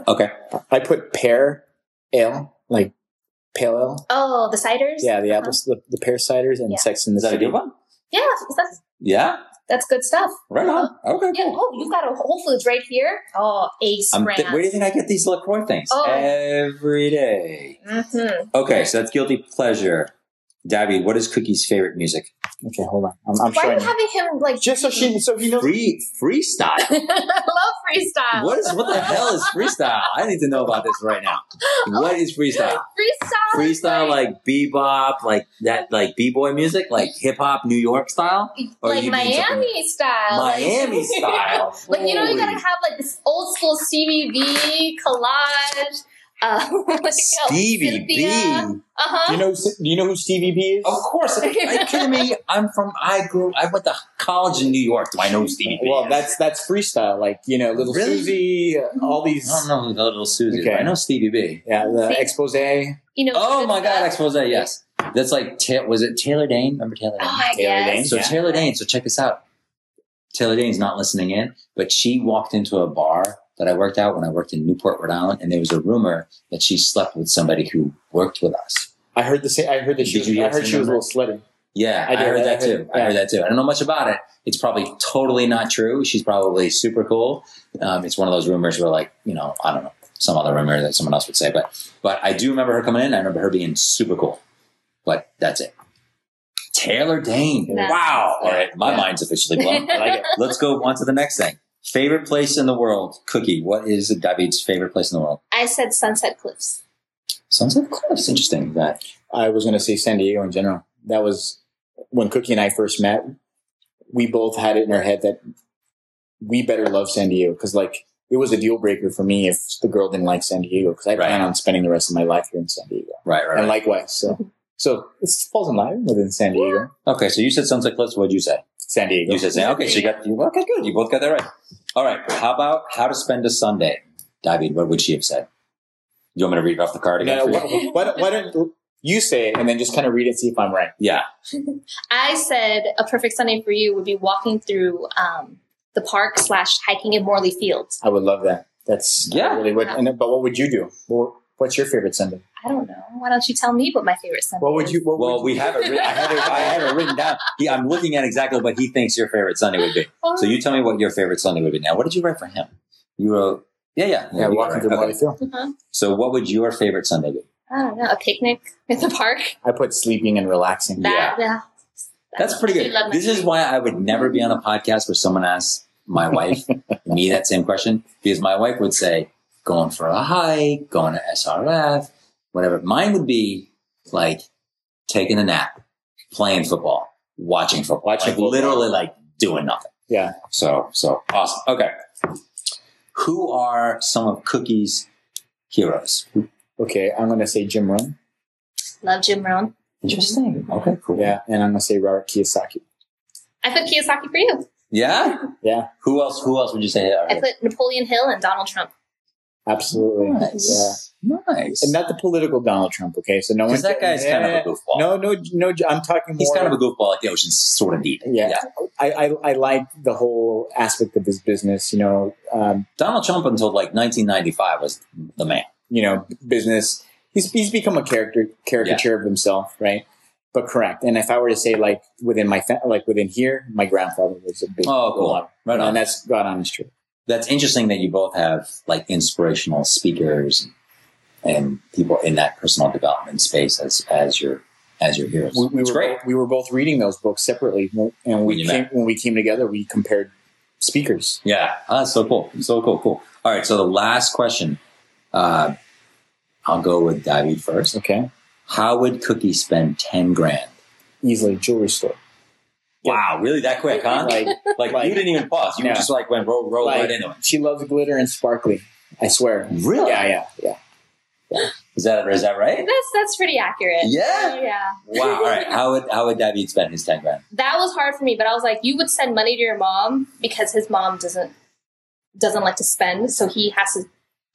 [SPEAKER 1] Okay.
[SPEAKER 2] I put pear ale, like pale ale.
[SPEAKER 3] Oh, the ciders?
[SPEAKER 2] Yeah, the apple, the, the pear ciders, and
[SPEAKER 3] Yeah.
[SPEAKER 2] Sex in the
[SPEAKER 1] Is that a
[SPEAKER 2] City.
[SPEAKER 1] good one?
[SPEAKER 3] Yeah, that's,
[SPEAKER 1] Yeah.
[SPEAKER 3] that's good stuff.
[SPEAKER 1] Right on. Okay,
[SPEAKER 3] Yeah.
[SPEAKER 1] cool.
[SPEAKER 3] Oh, you've got a Whole Foods right here. Oh, ace
[SPEAKER 1] I'm
[SPEAKER 3] brand.
[SPEAKER 1] thi- where do you think I get these LaCroix things?
[SPEAKER 3] Oh.
[SPEAKER 1] Every day.
[SPEAKER 3] hmm
[SPEAKER 1] Okay, so that's guilty pleasure. David, what is Cookie's favorite music?
[SPEAKER 2] Okay, hold on. I'm, I'm
[SPEAKER 3] Why are
[SPEAKER 2] showing.
[SPEAKER 3] you
[SPEAKER 2] you.
[SPEAKER 3] having him like?
[SPEAKER 2] Just so she, so he knows.
[SPEAKER 1] Free freestyle.
[SPEAKER 3] *laughs* I love freestyle.
[SPEAKER 1] What is what the hell is freestyle? I need to know about this right now. What is
[SPEAKER 3] *laughs*
[SPEAKER 1] freestyle?
[SPEAKER 3] freestyle? is
[SPEAKER 1] Freestyle like bebop, like that, like b boy music, like hip hop New York style, or
[SPEAKER 3] like
[SPEAKER 1] oh, you mean something-
[SPEAKER 3] Miami style. like- *laughs*
[SPEAKER 1] Miami style.
[SPEAKER 3] like you know, you gotta
[SPEAKER 1] Holy.
[SPEAKER 3] have like this old school Stevie V collage. Uh, *laughs* like,
[SPEAKER 1] Stevie B.
[SPEAKER 3] Uh
[SPEAKER 2] Do
[SPEAKER 3] huh.
[SPEAKER 2] you know? Do you know who Stevie B is?
[SPEAKER 1] Of course, are you kidding me? I'm from. I grew. I went to college in New York. Do I know Stevie? B?
[SPEAKER 2] Well, that's that's freestyle, like you know, little
[SPEAKER 1] Really?
[SPEAKER 2] Susie, uh, all
[SPEAKER 1] I
[SPEAKER 2] these.
[SPEAKER 1] don't know who the little Susie. is,
[SPEAKER 2] Okay.
[SPEAKER 1] but I know Stevie B.
[SPEAKER 2] Yeah, the
[SPEAKER 3] See?
[SPEAKER 2] expose. Taylor
[SPEAKER 3] You know.
[SPEAKER 1] Oh
[SPEAKER 3] good
[SPEAKER 1] my God,
[SPEAKER 3] stuff.
[SPEAKER 1] expose. Yes, that's like Ta- was it Taylor Dane? Remember Taylor Dane?
[SPEAKER 3] Oh, I
[SPEAKER 2] Dane.
[SPEAKER 3] guess.
[SPEAKER 1] So
[SPEAKER 2] yeah.
[SPEAKER 1] Taylor Dane, so check this out. Taylor Dane's not listening in, but she walked into a bar that I worked out when I worked in Newport, Rhode Island, and there was a rumor that she slept with somebody who worked with us.
[SPEAKER 2] I heard the same. I heard that she.
[SPEAKER 1] Did
[SPEAKER 2] Was,
[SPEAKER 1] you hear
[SPEAKER 2] I heard
[SPEAKER 1] the
[SPEAKER 2] she was a
[SPEAKER 1] number?
[SPEAKER 2] little slutty.
[SPEAKER 1] Yeah,
[SPEAKER 2] I
[SPEAKER 1] I,
[SPEAKER 2] did,
[SPEAKER 1] heard
[SPEAKER 2] I
[SPEAKER 1] that
[SPEAKER 2] heard-
[SPEAKER 1] too. I heard
[SPEAKER 2] yeah.
[SPEAKER 1] that too. I don't know much about it. It's probably totally not true. She's probably super cool. Um, it's one of those rumors where, like, you know, I don't know, some other rumor that someone else would say, but but I do remember her coming in. I remember her being super cool. But that's it. Taylor Dane.
[SPEAKER 3] That's-
[SPEAKER 1] Wow. All right, my
[SPEAKER 2] Yeah.
[SPEAKER 1] mind's officially blown.
[SPEAKER 2] *laughs* I like it.
[SPEAKER 1] Let's go on to the next thing. Favorite place in the world, Cookie. What is David's favorite place in the world?
[SPEAKER 3] I said Sunset Cliffs.
[SPEAKER 1] Sunset Cliffs. Interesting. That
[SPEAKER 2] I was going to say San Diego in general. That was when Cookie and I first met. We both had it in our head that we better love San Diego because, like, it was a deal breaker for me if the girl didn't like San Diego because I
[SPEAKER 1] Right.
[SPEAKER 2] plan on spending the rest of my life here in San Diego,
[SPEAKER 1] right, right.
[SPEAKER 2] and
[SPEAKER 1] right.
[SPEAKER 2] likewise. So, so it falls in line within San Diego.
[SPEAKER 1] okay, so you said Sunset Cliffs. What'd you say?
[SPEAKER 2] San Diego.
[SPEAKER 1] You said San. Okay, so you got you. Okay, good. You both got that right. All right. How about how to spend a Sunday, David? What would she have said? You want me to read it off the card again?
[SPEAKER 2] No,
[SPEAKER 1] for you?
[SPEAKER 2] why, why, don't- why don't you say it and then just kind of read it and see if I'm right?
[SPEAKER 1] Yeah.
[SPEAKER 3] I said a perfect Sunday for you would be walking through um, the park slash hiking in Morley Fields.
[SPEAKER 2] I would love that. That's
[SPEAKER 1] Yeah.
[SPEAKER 2] I really would. And, but what would you do? What- What's your favorite Sunday?
[SPEAKER 3] I don't know. Why don't you tell me what my favorite Sunday?
[SPEAKER 2] What would
[SPEAKER 3] is?
[SPEAKER 2] you? What
[SPEAKER 1] Well,
[SPEAKER 2] would
[SPEAKER 1] we
[SPEAKER 2] you-
[SPEAKER 1] have it. writ- I have it. I have it written down. He, I'm looking at exactly what he thinks your favorite Sunday would be.
[SPEAKER 3] Oh,
[SPEAKER 1] So you tell me what your favorite Sunday would be. Now, what did you write for him? You wrote. Yeah, yeah,
[SPEAKER 2] Yeah,
[SPEAKER 1] you
[SPEAKER 2] walking
[SPEAKER 1] wrote-
[SPEAKER 2] through
[SPEAKER 1] okay.
[SPEAKER 2] Marley Field.
[SPEAKER 3] Uh-huh.
[SPEAKER 1] So, what would your favorite Sunday be?
[SPEAKER 3] I don't know. A picnic in the park.
[SPEAKER 2] I put sleeping and relaxing.
[SPEAKER 3] That, yeah.
[SPEAKER 1] That's pretty good. This is why I would never be
[SPEAKER 2] *laughs*
[SPEAKER 1] on a podcast where someone asks my wife me that same question because my wife would say, going for a hike, going to SRF, whatever. Mine would be like taking a nap, playing football, watching football,
[SPEAKER 2] Watching
[SPEAKER 1] like,
[SPEAKER 2] football.
[SPEAKER 1] literally like doing nothing.
[SPEAKER 2] Yeah.
[SPEAKER 1] So so awesome. Okay. Who are some of Cookie's heroes?
[SPEAKER 2] Okay, I'm gonna say Jim Rohn.
[SPEAKER 3] Love Jim Rohn.
[SPEAKER 1] Interesting. Okay, cool.
[SPEAKER 2] Yeah, and I'm gonna say Robert Kiyosaki.
[SPEAKER 3] I put Kiyosaki for you.
[SPEAKER 1] Yeah?
[SPEAKER 2] Yeah,
[SPEAKER 1] Who else who else would you say are
[SPEAKER 3] I put Napoleon Hill and Donald Trump.
[SPEAKER 2] absolutely. Yeah,
[SPEAKER 1] nice. Nice.
[SPEAKER 2] and not the political Donald Trump. Okay, so no one.
[SPEAKER 1] Because that guy's kind of a goofball.
[SPEAKER 2] No, no, no. I'm talking. More,
[SPEAKER 1] He's kind of a goofball at the ocean's sort of deep.
[SPEAKER 2] Yeah. I, I I like the whole aspect of this business. You know, um,
[SPEAKER 1] Donald Trump until like 1995 was the man.
[SPEAKER 2] you know, business. He's he's become a character caricature of himself, right? But correct. And if I were to say like within my fa- like within here, my grandfather was a big
[SPEAKER 1] Oh, cool. Right on.
[SPEAKER 2] and that's God honest truth.
[SPEAKER 1] That's interesting that you both have like inspirational speakers and people in that personal development space as as your as your heroes.
[SPEAKER 2] We, we
[SPEAKER 1] It's
[SPEAKER 2] were
[SPEAKER 1] great.
[SPEAKER 2] both- we were both reading those books separately, and
[SPEAKER 1] When
[SPEAKER 2] we
[SPEAKER 1] you
[SPEAKER 2] came,
[SPEAKER 1] met.
[SPEAKER 2] when we came together, we compared speakers.
[SPEAKER 1] Yeah. Ah, that's so cool. So cool. Cool. All right. So the last question. Uh, I'll go with David first.
[SPEAKER 2] Okay,
[SPEAKER 1] How would Cookie spend ten grand?
[SPEAKER 2] easily jewelry store.
[SPEAKER 1] Wow, really that quick, huh?
[SPEAKER 2] Like
[SPEAKER 1] Like,
[SPEAKER 2] Like-
[SPEAKER 1] you didn't even pause. You
[SPEAKER 2] No.
[SPEAKER 1] just like went roll, roll
[SPEAKER 2] like,
[SPEAKER 1] right into it.
[SPEAKER 2] she loves glitter and sparkly. I swear.
[SPEAKER 1] Really?
[SPEAKER 2] Yeah, yeah, yeah.
[SPEAKER 1] Is that is that right?
[SPEAKER 3] That's that's pretty accurate.
[SPEAKER 1] Yeah?
[SPEAKER 3] Yeah.
[SPEAKER 1] Wow. All right. How would how would David spend his ten grand?
[SPEAKER 3] That was hard for me, but I was like, you would send money to your mom because his mom doesn't doesnn't like to spend, so he has to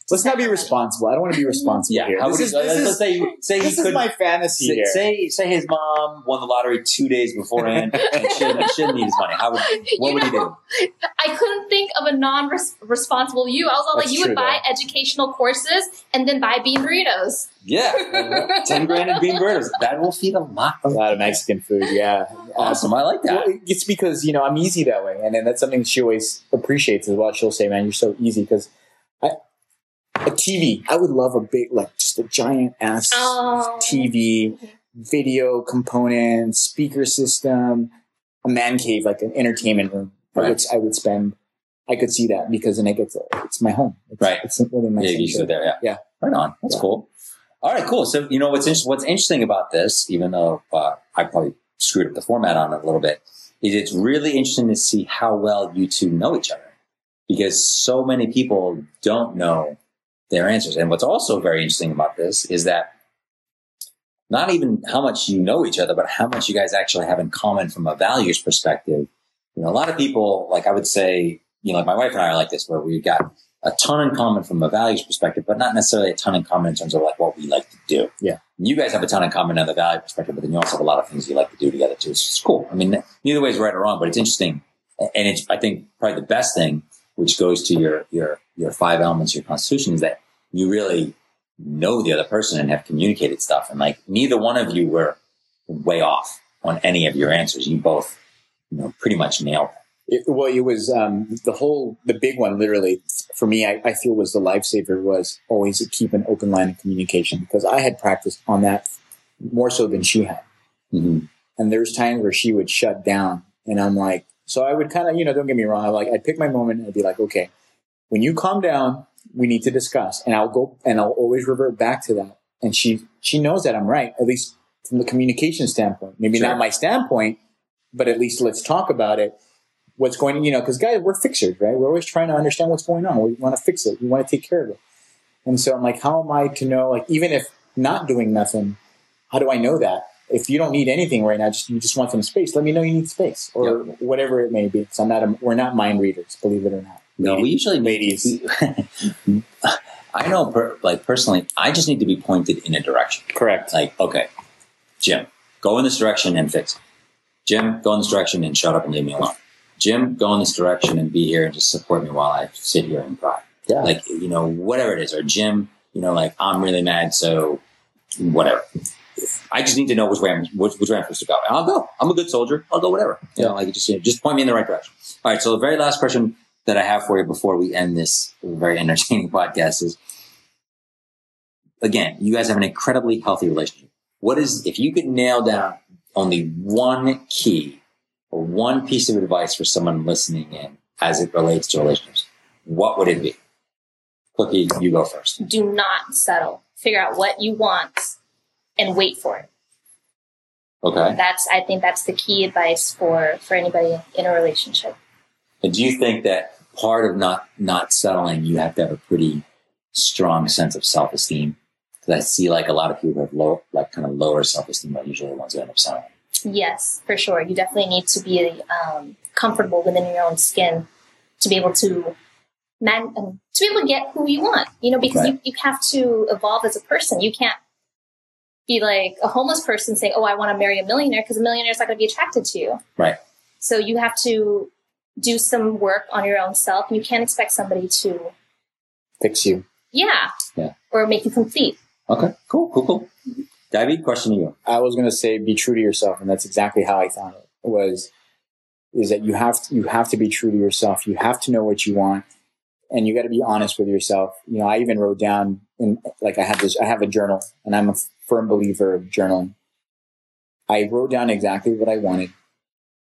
[SPEAKER 2] Let's not be responsible. I don't want to be responsible
[SPEAKER 1] Yeah.
[SPEAKER 2] here.
[SPEAKER 1] How
[SPEAKER 2] This
[SPEAKER 1] would
[SPEAKER 2] is,
[SPEAKER 1] he, let's,
[SPEAKER 2] this
[SPEAKER 1] let's
[SPEAKER 2] is,
[SPEAKER 1] say say he
[SPEAKER 2] this is
[SPEAKER 1] couldn't
[SPEAKER 2] my fantasy
[SPEAKER 1] say,
[SPEAKER 2] here.
[SPEAKER 1] say say his mom won the lottery two days *laughs* beforehand and she didn't, she didn't need his money. How would what
[SPEAKER 3] You
[SPEAKER 1] would he
[SPEAKER 3] know,
[SPEAKER 1] do?
[SPEAKER 3] I couldn't think of a non-responsible you. I was all
[SPEAKER 2] That's
[SPEAKER 3] like, you
[SPEAKER 2] true,
[SPEAKER 3] would buy educational courses and then buy bean burritos.
[SPEAKER 1] Yeah, Uh-huh. ten grand in bean burritos. That will feed a lot
[SPEAKER 2] a
[SPEAKER 1] of
[SPEAKER 2] lot of Mexican food. Yeah,
[SPEAKER 1] Awesome. I like
[SPEAKER 2] Well,
[SPEAKER 1] that.
[SPEAKER 2] it's because you know I'm easy that way, and then that's something she always appreciates as well. She'll say, "Man, you're so easy." Because a TV, I would love a big, like, just a giant ass
[SPEAKER 3] Oh.
[SPEAKER 2] TV, video component, speaker system, a man cave, like an entertainment room. I, would,
[SPEAKER 1] Right.
[SPEAKER 2] I would spend. I could see that because then I get to, it's my home. It's,
[SPEAKER 1] Right.
[SPEAKER 2] It's within my
[SPEAKER 1] Yeah, you
[SPEAKER 2] sanctuary.
[SPEAKER 1] sit there. Yeah.
[SPEAKER 2] Yeah.
[SPEAKER 1] Right on. That's
[SPEAKER 2] Yeah.
[SPEAKER 1] cool. All right, cool. So you know what's inter- what's interesting about this, even though uh, I probably screwed up the format on it a little bit, is it's really interesting to see how well you two know each other, because so many people don't know their answers. And what's also very interesting about this is that not even how much you know each other, but how much you guys actually have in common from a values perspective. You know, a lot of people, like I would say, you know, like my wife and I are like this, where we've got a ton in common from a values perspective, but not necessarily a ton in common in terms of like what we like to do.
[SPEAKER 2] Yeah.
[SPEAKER 1] You guys have a ton in common on the value perspective, but then you also have a lot of things you like to do together too. It's just cool. I mean, neither way is right or wrong, but it's interesting. A- And it's, I think probably the best thing, which goes to your, your, your five elements, your constitution is that you really know the other person and have communicated stuff. And like neither one of you were way off on any of your answers. You both, you know, pretty much nailed it.
[SPEAKER 2] It, well, it was um, the whole, the big one, literally, for me, I, I feel was the lifesaver was always to keep an open line of communication because I had practiced on that more so than she had. And there's times where she would shut down. And I'm like, so I would kind of, you know, don't get me wrong. I like, I'd pick my moment and I'd be like, okay, when you calm down, we need to discuss. And I'll go and I'll always revert back to that. And she, she knows that I'm right, at least from the communication standpoint. Maybe
[SPEAKER 1] Sure.
[SPEAKER 2] not my standpoint, but at least let's talk about it. What's going, you know, because guys, we're fixers, right? We're always trying to understand what's going on. We want to fix it. We want to take care of it. And so I'm like, how am I to know? Like, even if not doing nothing, how do I know that? If you don't need anything right now, just you just want some space. Let me know you need space or whatever it may be. Because I'm not a, we're not mind readers, believe it or not.
[SPEAKER 1] No, we usually
[SPEAKER 2] Ladies.
[SPEAKER 1] *laughs* I know, per, like personally, I just need to be pointed in a direction.
[SPEAKER 2] Correct.
[SPEAKER 1] It's like, okay, Jim, go in this direction and fix. it. Jim, go in this direction and shut up and leave me alone. Jim, go in this direction and be here and just support me while I sit here and cry.
[SPEAKER 2] Yeah.
[SPEAKER 1] Like, you know, whatever it is. Or Jim, you know, like, I'm really mad, so whatever. I just need to know which way I'm which, which way I'm supposed to go. And I'll go. I'm a good soldier. I'll go whatever. You know, like just you know, just point me in the right direction. All right. So the very last question that I have for you before we end this very *laughs* entertaining podcast is again, you guys have an incredibly healthy relationship. What is if you could nail down only one key or one piece of advice for someone listening in as it relates to relationships, what would it be? Cookie, you go first.
[SPEAKER 3] Do not settle. Figure out what you want and wait for it.
[SPEAKER 1] Okay.
[SPEAKER 3] That's I think that's the key advice for for anybody in a relationship.
[SPEAKER 1] And do you think that part of not not settling, you have to have a pretty strong sense of self esteem? Because I see like a lot of people have low, like kind of lower self esteem are usually the ones that end up settling.
[SPEAKER 3] Yes, for sure. You definitely need to be um, comfortable within your own skin to be able to man um, to be able to get who you want. You know, because
[SPEAKER 1] Right.
[SPEAKER 3] you, you have to evolve as a person. You can't be like a homeless person saying, "Oh, I want to marry a millionaire," because a millionaire's not going to be attracted to you.
[SPEAKER 1] Right.
[SPEAKER 3] So you have to do some work on your own self. You can't expect somebody to,
[SPEAKER 2] Fix you.
[SPEAKER 3] yeah,
[SPEAKER 1] Yeah.
[SPEAKER 3] or make you complete.
[SPEAKER 1] Okay. Cool. Cool. Cool. Davy, question to you.
[SPEAKER 2] I was going to say be true to yourself, and that's exactly how I thought it was. Is that you have to, you have to be true to yourself. You have to know what you want, and you got to be honest with yourself. You know, I even wrote down in like I have this. I have a journal, and I'm a firm believer of journaling. I wrote down exactly what I wanted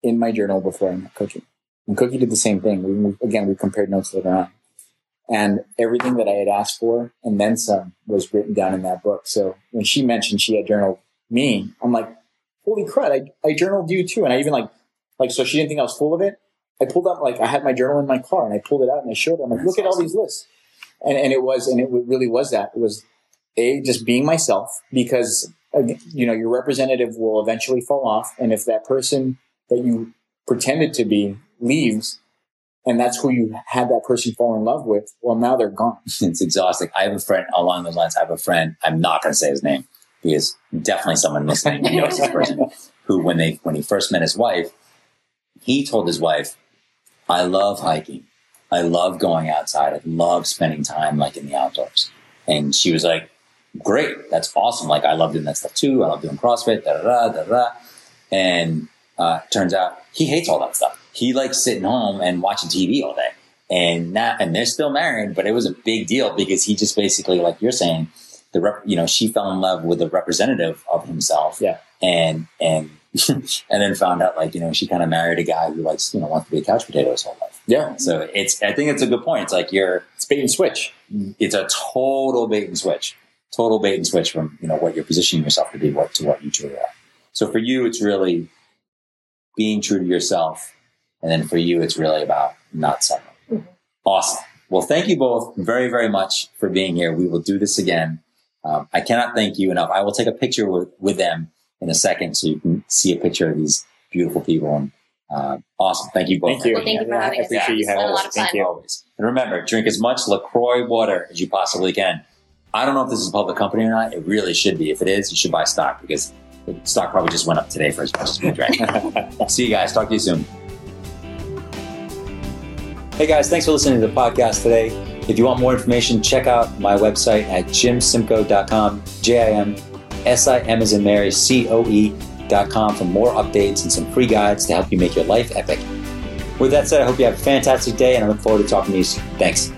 [SPEAKER 2] in my journal before I met Cookie, and Cookie did the same thing. We, we again we compared notes later on, and everything that I had asked for and then some was written down in that book. So when she mentioned she had journaled me. I'm like, holy crud, I, I journaled you too. And I even like, like, so she didn't think I was full of it. I pulled out, like, I had my journal in my car and I pulled it out and I showed her. I'm like,
[SPEAKER 1] That's
[SPEAKER 2] look at all these lists. And, and it was, and it really was that. It was A, just being myself because, uh, you know, your representative will eventually fall off. And if that person that you pretended to be leaves, and that's who you had that person fall in love with, well, now they're gone.
[SPEAKER 1] It's exhausting. I have a friend along those lines. I have a friend. I'm not going to say his name. He is definitely someone listening. He knows this person who, when they when he first met his wife, he told his wife, "I love hiking. I love going outside. I love spending time like in the outdoors." And she was like, "Great, that's awesome. Like I love doing that stuff too. I love doing CrossFit. Da da da da." And uh, turns out he hates all that stuff. He likes sitting home and watching TV all day. And not, and they're still married, but it was a big deal because he just basically, like you're saying, the rep, you know, she fell in love with a representative of himself.
[SPEAKER 2] Yeah.
[SPEAKER 1] And and *laughs* and then found out like you know she kind of married a guy who likes you know wants to be a couch potato his whole life.
[SPEAKER 2] Yeah.
[SPEAKER 1] So it's I think it's a good point. It's like you're
[SPEAKER 2] It's bait and switch.
[SPEAKER 1] it's a total bait and switch, total bait and switch from you know what you're positioning yourself to be, what to what you truly are. So for you, it's really being true to yourself, and then for you, it's really about not settling.
[SPEAKER 3] Mhm.
[SPEAKER 1] Awesome. Well, thank you both very very much for being here. We will do this again. Um, I cannot thank you enough. I will take a picture with, with them in a second, so you can see a picture of these beautiful people. And uh, awesome. Thank you both.
[SPEAKER 2] Thank you.
[SPEAKER 3] Well, thank you for
[SPEAKER 2] I
[SPEAKER 3] having us.
[SPEAKER 2] appreciate you
[SPEAKER 3] It's been
[SPEAKER 2] having
[SPEAKER 3] a lot
[SPEAKER 2] us.
[SPEAKER 3] of
[SPEAKER 2] Thank
[SPEAKER 3] fun.
[SPEAKER 2] you.
[SPEAKER 1] Always. And remember, drink as much LaCroix water as you possibly can. I don't know if this is a public company or not. It really should be. If it is, you should buy stock because the stock probably just went up today for as much as we drank. See you guys. Talk to you soon. Hey guys, thanks for listening to the podcast today. If you want more information, check out my website at jimsimco.com, J I M S I M as in Mary, C O E.com for more updates and some free guides to help you make your life epic. With that said, I hope you have a fantastic day and I look forward to talking to you soon. Thanks.